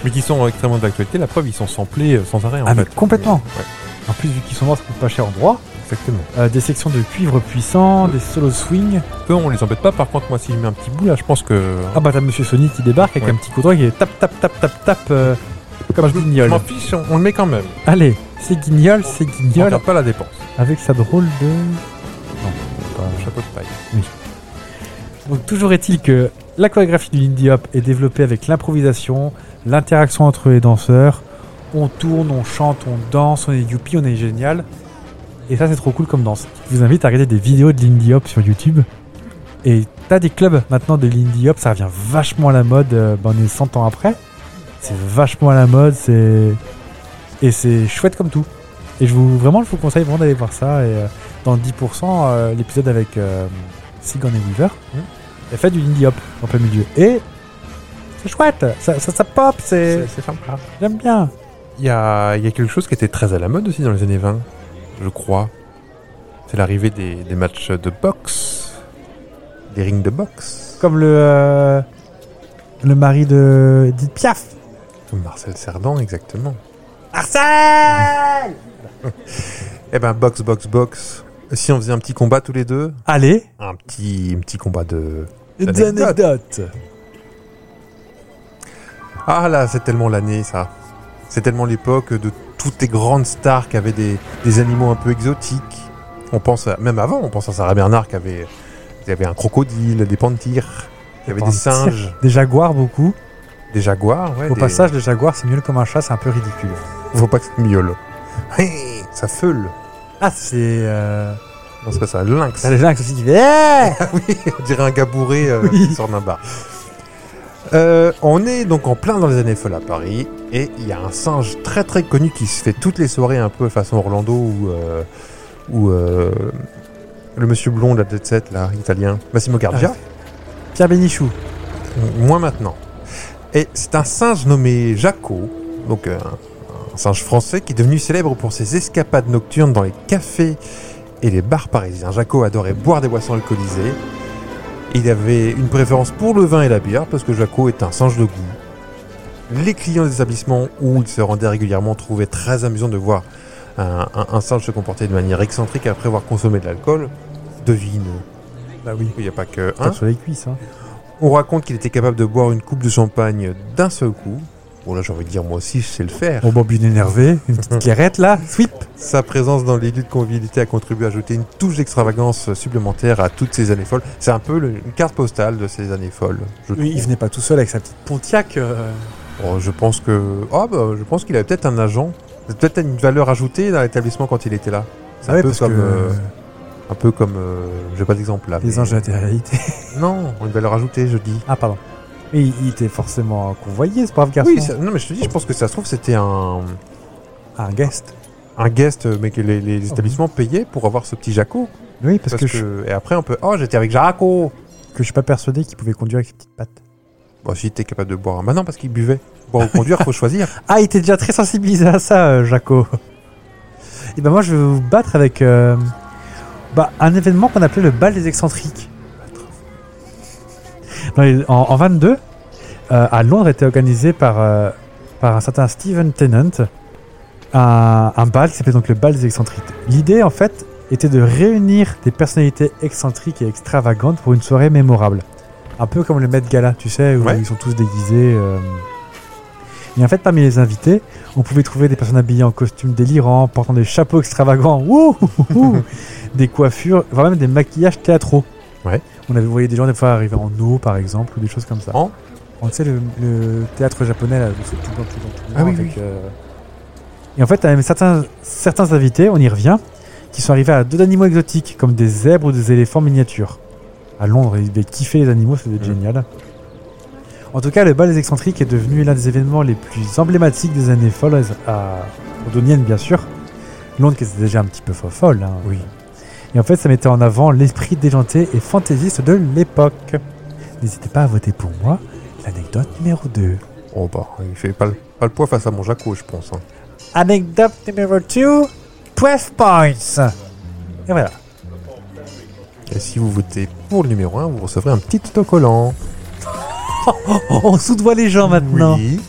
[SPEAKER 1] Mais qui sont extrêmement d'actualité. La preuve, ils sont samplés euh, sans arrêt en
[SPEAKER 2] Ah, mais
[SPEAKER 1] fait.
[SPEAKER 2] complètement.
[SPEAKER 1] Ouais,
[SPEAKER 2] En plus, vu qu'ils sont morts, ça coûte pas cher en droit.
[SPEAKER 1] exactement.
[SPEAKER 2] Euh, des sections de cuivre puissants, des solos swing.
[SPEAKER 1] Eux, on les embête pas. Par contre, moi, si je mets un petit bout là, je pense que.
[SPEAKER 2] Ah bah t'as Monsieur Sony qui débarque avec
[SPEAKER 1] Ouais.
[SPEAKER 2] un petit coup droit qui est tap tap tap tap tap euh, comme je
[SPEAKER 1] je
[SPEAKER 2] guignol.
[SPEAKER 1] m'en fiche, on, on le met quand même.
[SPEAKER 2] Allez, c'est guignol, c'est
[SPEAKER 1] On
[SPEAKER 2] guignol
[SPEAKER 1] regarde pas la dépense.
[SPEAKER 2] avec sa drôle de. Non, pas-
[SPEAKER 1] Chapeau de paille.
[SPEAKER 2] Donc toujours est-il que la chorégraphie du Lindy Hop est développée avec l'improvisation, l'interaction entre les danseurs. On tourne, on chante, on danse, on est youpi, on est génial. Et ça c'est trop cool comme danse. Je vous invite à regarder des vidéos de Lindy Hop sur YouTube. Et t'as des clubs maintenant de l'Indie Hop, ça revient vachement à la mode, euh, ben, on est 100 ans après. C'est vachement à la mode, c'est... Et c'est chouette comme tout. Et je vous, vraiment, je vous conseille vraiment d'aller voir ça. Et euh, dans 10%, euh, l'épisode avec euh, Sigourney Weaver, elle fait du Lindy Hop en plein milieu. Et c'est chouette, ça, ça, ça pop, c'est...
[SPEAKER 1] sympa.
[SPEAKER 2] J'aime bien.
[SPEAKER 1] Il y a, il y a quelque chose qui était très à la mode aussi dans les années 20, je crois. C'est l'arrivée des, des matchs de boxe, des rings de boxe,
[SPEAKER 2] Comme le... euh, le mari de Edith Piaf.
[SPEAKER 1] comme Marcel Cerdan exactement. Marcel Eh ben boxe, boxe, boxe. Si on faisait un petit combat tous les deux,
[SPEAKER 2] Allez,
[SPEAKER 1] un petit, un petit combat de...
[SPEAKER 2] des
[SPEAKER 1] Anecdote.
[SPEAKER 2] anecdotes.
[SPEAKER 1] Ah là, c'est tellement l'année ça. C'est tellement l'époque de toutes les grandes stars qui avaient des, des animaux un peu exotiques. On pense à- même avant, on pense à Sarah Bernard qui avait, qui avait un crocodile, des panthères, qui avait des
[SPEAKER 2] panthères.
[SPEAKER 1] singes,
[SPEAKER 2] Des jaguars beaucoup.
[SPEAKER 1] des jaguars. Ouais,
[SPEAKER 2] Au
[SPEAKER 1] des-
[SPEAKER 2] passage, le jaguar, c'est mieux comme un chat, c'est un peu ridicule.
[SPEAKER 1] faut pas que ça miaule. Hey, ça feule.
[SPEAKER 2] Ah, c'est. Euh...
[SPEAKER 1] Non, c'est pas ça, lynx.
[SPEAKER 2] T'as les lynx aussi qui fait. Eh
[SPEAKER 1] Ah oui, on dirait un gars bourré euh,
[SPEAKER 2] Oui.
[SPEAKER 1] qui sort d'un bar. Euh, on est donc en plein dans les années folles à Paris et il y a un singe très très connu qui se fait toutes les soirées un peu façon Orlando ou euh, ou, euh, le monsieur blond de la tête 7 là italien Massimo Gardia
[SPEAKER 2] Pierre Bénichou.
[SPEAKER 1] moins maintenant et c'est un singe nommé Jaco donc euh, un, un singe français qui est devenu célèbre pour ses escapades nocturnes dans les cafés et les bars parisiens Jaco adorait boire des boissons alcoolisées il avait une préférence pour le vin et la bière parce que Jaco est un singe de goût. Les clients des établissements où il se rendait régulièrement trouvaient très amusant de voir un, un- un singe se comporter de manière excentrique après avoir consommé de l'alcool. Devine. Bah oui. Il n'y a pas que un.
[SPEAKER 2] Tape sur les cuisses. Hein.
[SPEAKER 1] On raconte qu'il était capable de boire une coupe de champagne d'un seul coup. Bon, là, j'ai envie de dire, moi aussi, je sais le faire.
[SPEAKER 2] Au bobine énervé, une petite clairette là, sweep.
[SPEAKER 1] Sa présence dans les lieux de convivialité a contribué à ajouter une touche d'extravagance supplémentaire à toutes ces années folles. C'est un peu le- une carte postale de ces années folles. Je,
[SPEAKER 2] Oui, il
[SPEAKER 1] trouve.
[SPEAKER 2] venait pas tout seul avec sa petite Pontiac. euh,
[SPEAKER 1] Oh, je pense que. Ah, bah, je pense qu'il avait peut-être un agent. C'est Peut-être une valeur ajoutée dans l'établissement quand il était là. C'est un,
[SPEAKER 2] Ah ouais,
[SPEAKER 1] peu
[SPEAKER 2] parce que
[SPEAKER 1] comme, euh, un peu comme. euh, J'ai pas d'exemple là.
[SPEAKER 2] les
[SPEAKER 1] mais-
[SPEAKER 2] anges de la télé-réalité.
[SPEAKER 1] Non, une valeur ajoutée, je dis.
[SPEAKER 2] Ah, pardon. Mais il il était forcément convoyé, ce brave garçon.
[SPEAKER 1] Oui, ça- non, mais je te dis, je pense que ça se trouve, c'était un,
[SPEAKER 2] Ah, un guest.
[SPEAKER 1] un guest, euh, mais que les, les établissements payaient pour avoir ce petit Jaco.
[SPEAKER 2] Oui, Oh. parce,
[SPEAKER 1] Parce
[SPEAKER 2] que,
[SPEAKER 1] que,
[SPEAKER 2] Je,
[SPEAKER 1] Et après, on peut. Oh, j'étais avec Jaco
[SPEAKER 2] que je suis pas persuadé qu'il pouvait conduire avec ses petites pattes.
[SPEAKER 1] Bon, si t'es capable de boire un. Bah non, parce qu'il buvait. Boire ou conduire, faut choisir.
[SPEAKER 2] Ah, il était déjà très sensibilisé à ça, euh, Jaco. Et ben moi, je vais vous battre avec euh, bah, un événement qu'on appelait le bal des excentriques. Dans les- en, en 22, euh, à Londres, était organisé par, euh, par un certain Stephen Tennant un, un bal qui s'appelait donc le bal des excentriques. L'idée, en fait, était de réunir des personnalités excentriques et extravagantes pour une soirée mémorable. Un peu comme le Met Gala, tu sais, où
[SPEAKER 1] Ouais.
[SPEAKER 2] ils sont tous déguisés. euh, et en fait, parmi les invités, on pouvait trouver des personnes habillées en costumes délirants, portant des chapeaux extravagants, wouh, wouh, wouh, des coiffures, voire même des maquillages théâtraux.
[SPEAKER 1] Ouais.
[SPEAKER 2] On avait voyé des gens des fois arriver en eau, par exemple, ou des choses comme ça.
[SPEAKER 1] En
[SPEAKER 2] On sait le, le théâtre japonais, là, où c'est tout blanc, tout blanc, tout blanc,
[SPEAKER 1] Ah oui,
[SPEAKER 2] avec, euh, Et en fait, t'as même certains, certains invités, on y revient, qui sont arrivés à deux d'animaux exotiques, comme des zèbres ou des éléphants miniatures. À Londres, ils devaient kiffer les animaux, c'était
[SPEAKER 1] Mhm.
[SPEAKER 2] génial. En tout cas, le bal des excentriques est devenu l'un des événements les plus emblématiques des années folles à londoniennes, bien sûr. Londres qui était déjà un petit peu folle. hein.
[SPEAKER 1] Oui.
[SPEAKER 2] Et en fait, ça mettait en avant l'esprit déjanté et fantaisiste de l'époque. N'hésitez pas à voter pour moi. L'anecdote numéro 2.
[SPEAKER 1] Oh, bah, il fait pas le, pas le poids face à mon Jaco, je pense. hein.
[SPEAKER 2] Anecdote numéro 2, 12 points. Et voilà.
[SPEAKER 1] Et si vous votez pour le numéro 1, vous recevrez un petit autocollant.
[SPEAKER 2] Oh, on soudoie les gens maintenant.
[SPEAKER 1] Oui.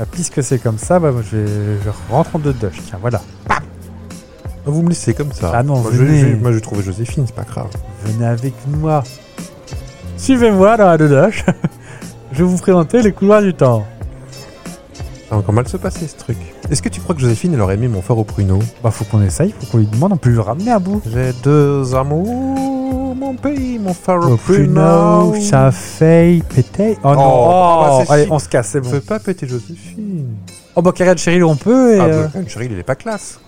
[SPEAKER 2] Ah, puisque c'est comme ça, bah, moi, je, vais, je rentre en deux de Tiens, voilà.
[SPEAKER 1] Vous me laissez comme ça.
[SPEAKER 2] Ah non,
[SPEAKER 1] moi, je,
[SPEAKER 2] venez.
[SPEAKER 1] je- moi, j'ai trouvé Joséphine, c'est pas grave.
[SPEAKER 2] Venez avec moi. Suivez-moi dans la dodoche. je vais vous présenter les couloirs du temps.
[SPEAKER 1] Ça va encore mal se passer, ce truc. Est-ce que tu crois que Joséphine, elle aurait aimé mon phare au pruneau
[SPEAKER 2] Bah, faut qu'on essaye, faut qu'on lui demande, on peut lui ramener à bout.
[SPEAKER 1] J'ai deux amours, mon pays, mon phare
[SPEAKER 2] Oh, pruneau, ça fait péter. Oh non,
[SPEAKER 1] Oh, bah, c'est
[SPEAKER 2] allez,
[SPEAKER 1] si-
[SPEAKER 2] on se casse, c'est
[SPEAKER 1] On
[SPEAKER 2] bon.
[SPEAKER 1] peut pas péter Joséphine.
[SPEAKER 2] Oh bah Karen Cheryl, on peut. Et,
[SPEAKER 1] Ah,
[SPEAKER 2] euh,
[SPEAKER 1] bah, Cheryl, il est pas classe.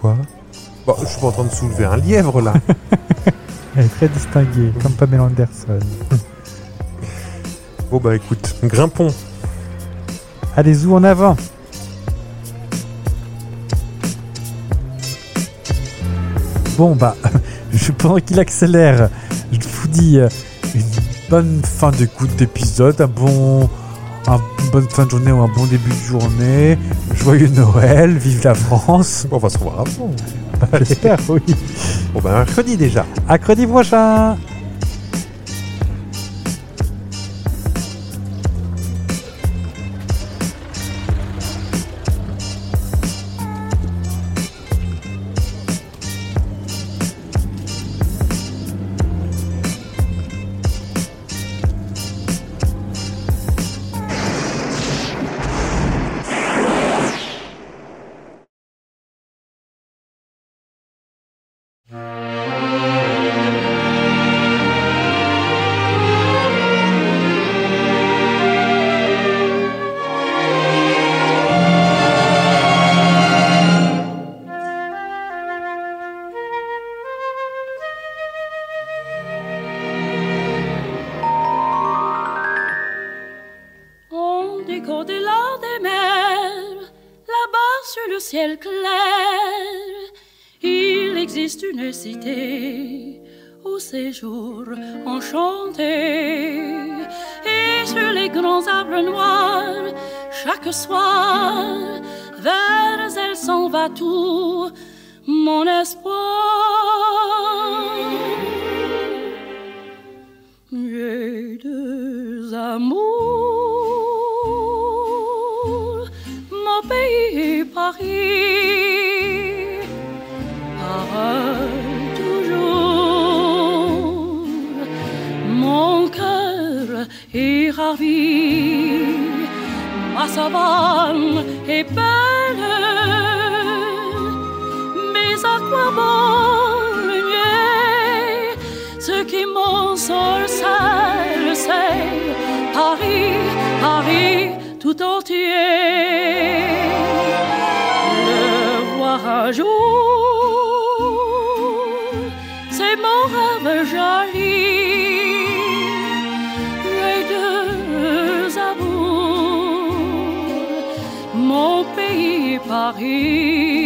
[SPEAKER 1] Quoi Bah, je suis pas en train de soulever un lièvre, là.
[SPEAKER 2] Elle est très distinguée, comme Pamela Anderson.
[SPEAKER 1] bon, bah, écoute, grimpons.
[SPEAKER 2] Allez-y en avant. Bon bah, je pendant qu'il accélère, je vous dis euh, une bonne fin d'écoute d'épisode, un bon, un- une bonne fin de journée ou un bon début de journée. Joyeux Noël, vive la France.
[SPEAKER 1] Bon, on va se revoir avant.
[SPEAKER 2] J'espère, oui.
[SPEAKER 1] Bon, bah, mercredi déjà.
[SPEAKER 2] À mercredi prochain.
[SPEAKER 9] On décordela des mers, là-bas sur le ciel clair, il existe une cité où séjour enchanté. Et sur les grands arbres noirs, chaque soir, vers elle s'en va tout mon espoir. J'ai deux amours, mon pays et Paris, parle toujours, mon cœur ira ma vie. Ma savane est belle, mais à quoi bon le nier Ce qui m'ensorcelle, c'est Paris, Paris tout entier. Le voir un jour, c'est mon rêve joli les deux amours, mon pays Paris.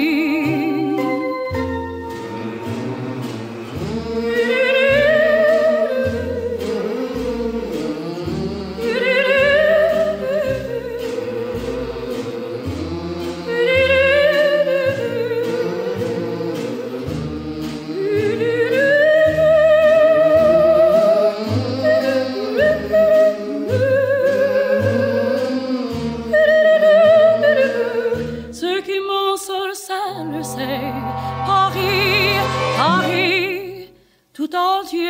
[SPEAKER 9] Ce qui m'ensorcelle, c'est Paris, Paris, tout entier.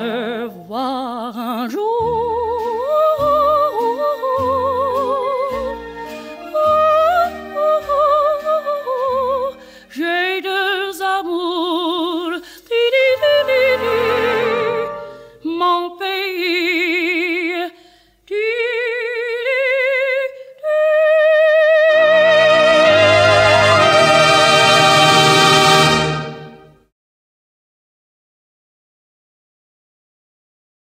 [SPEAKER 9] Le voir un jour,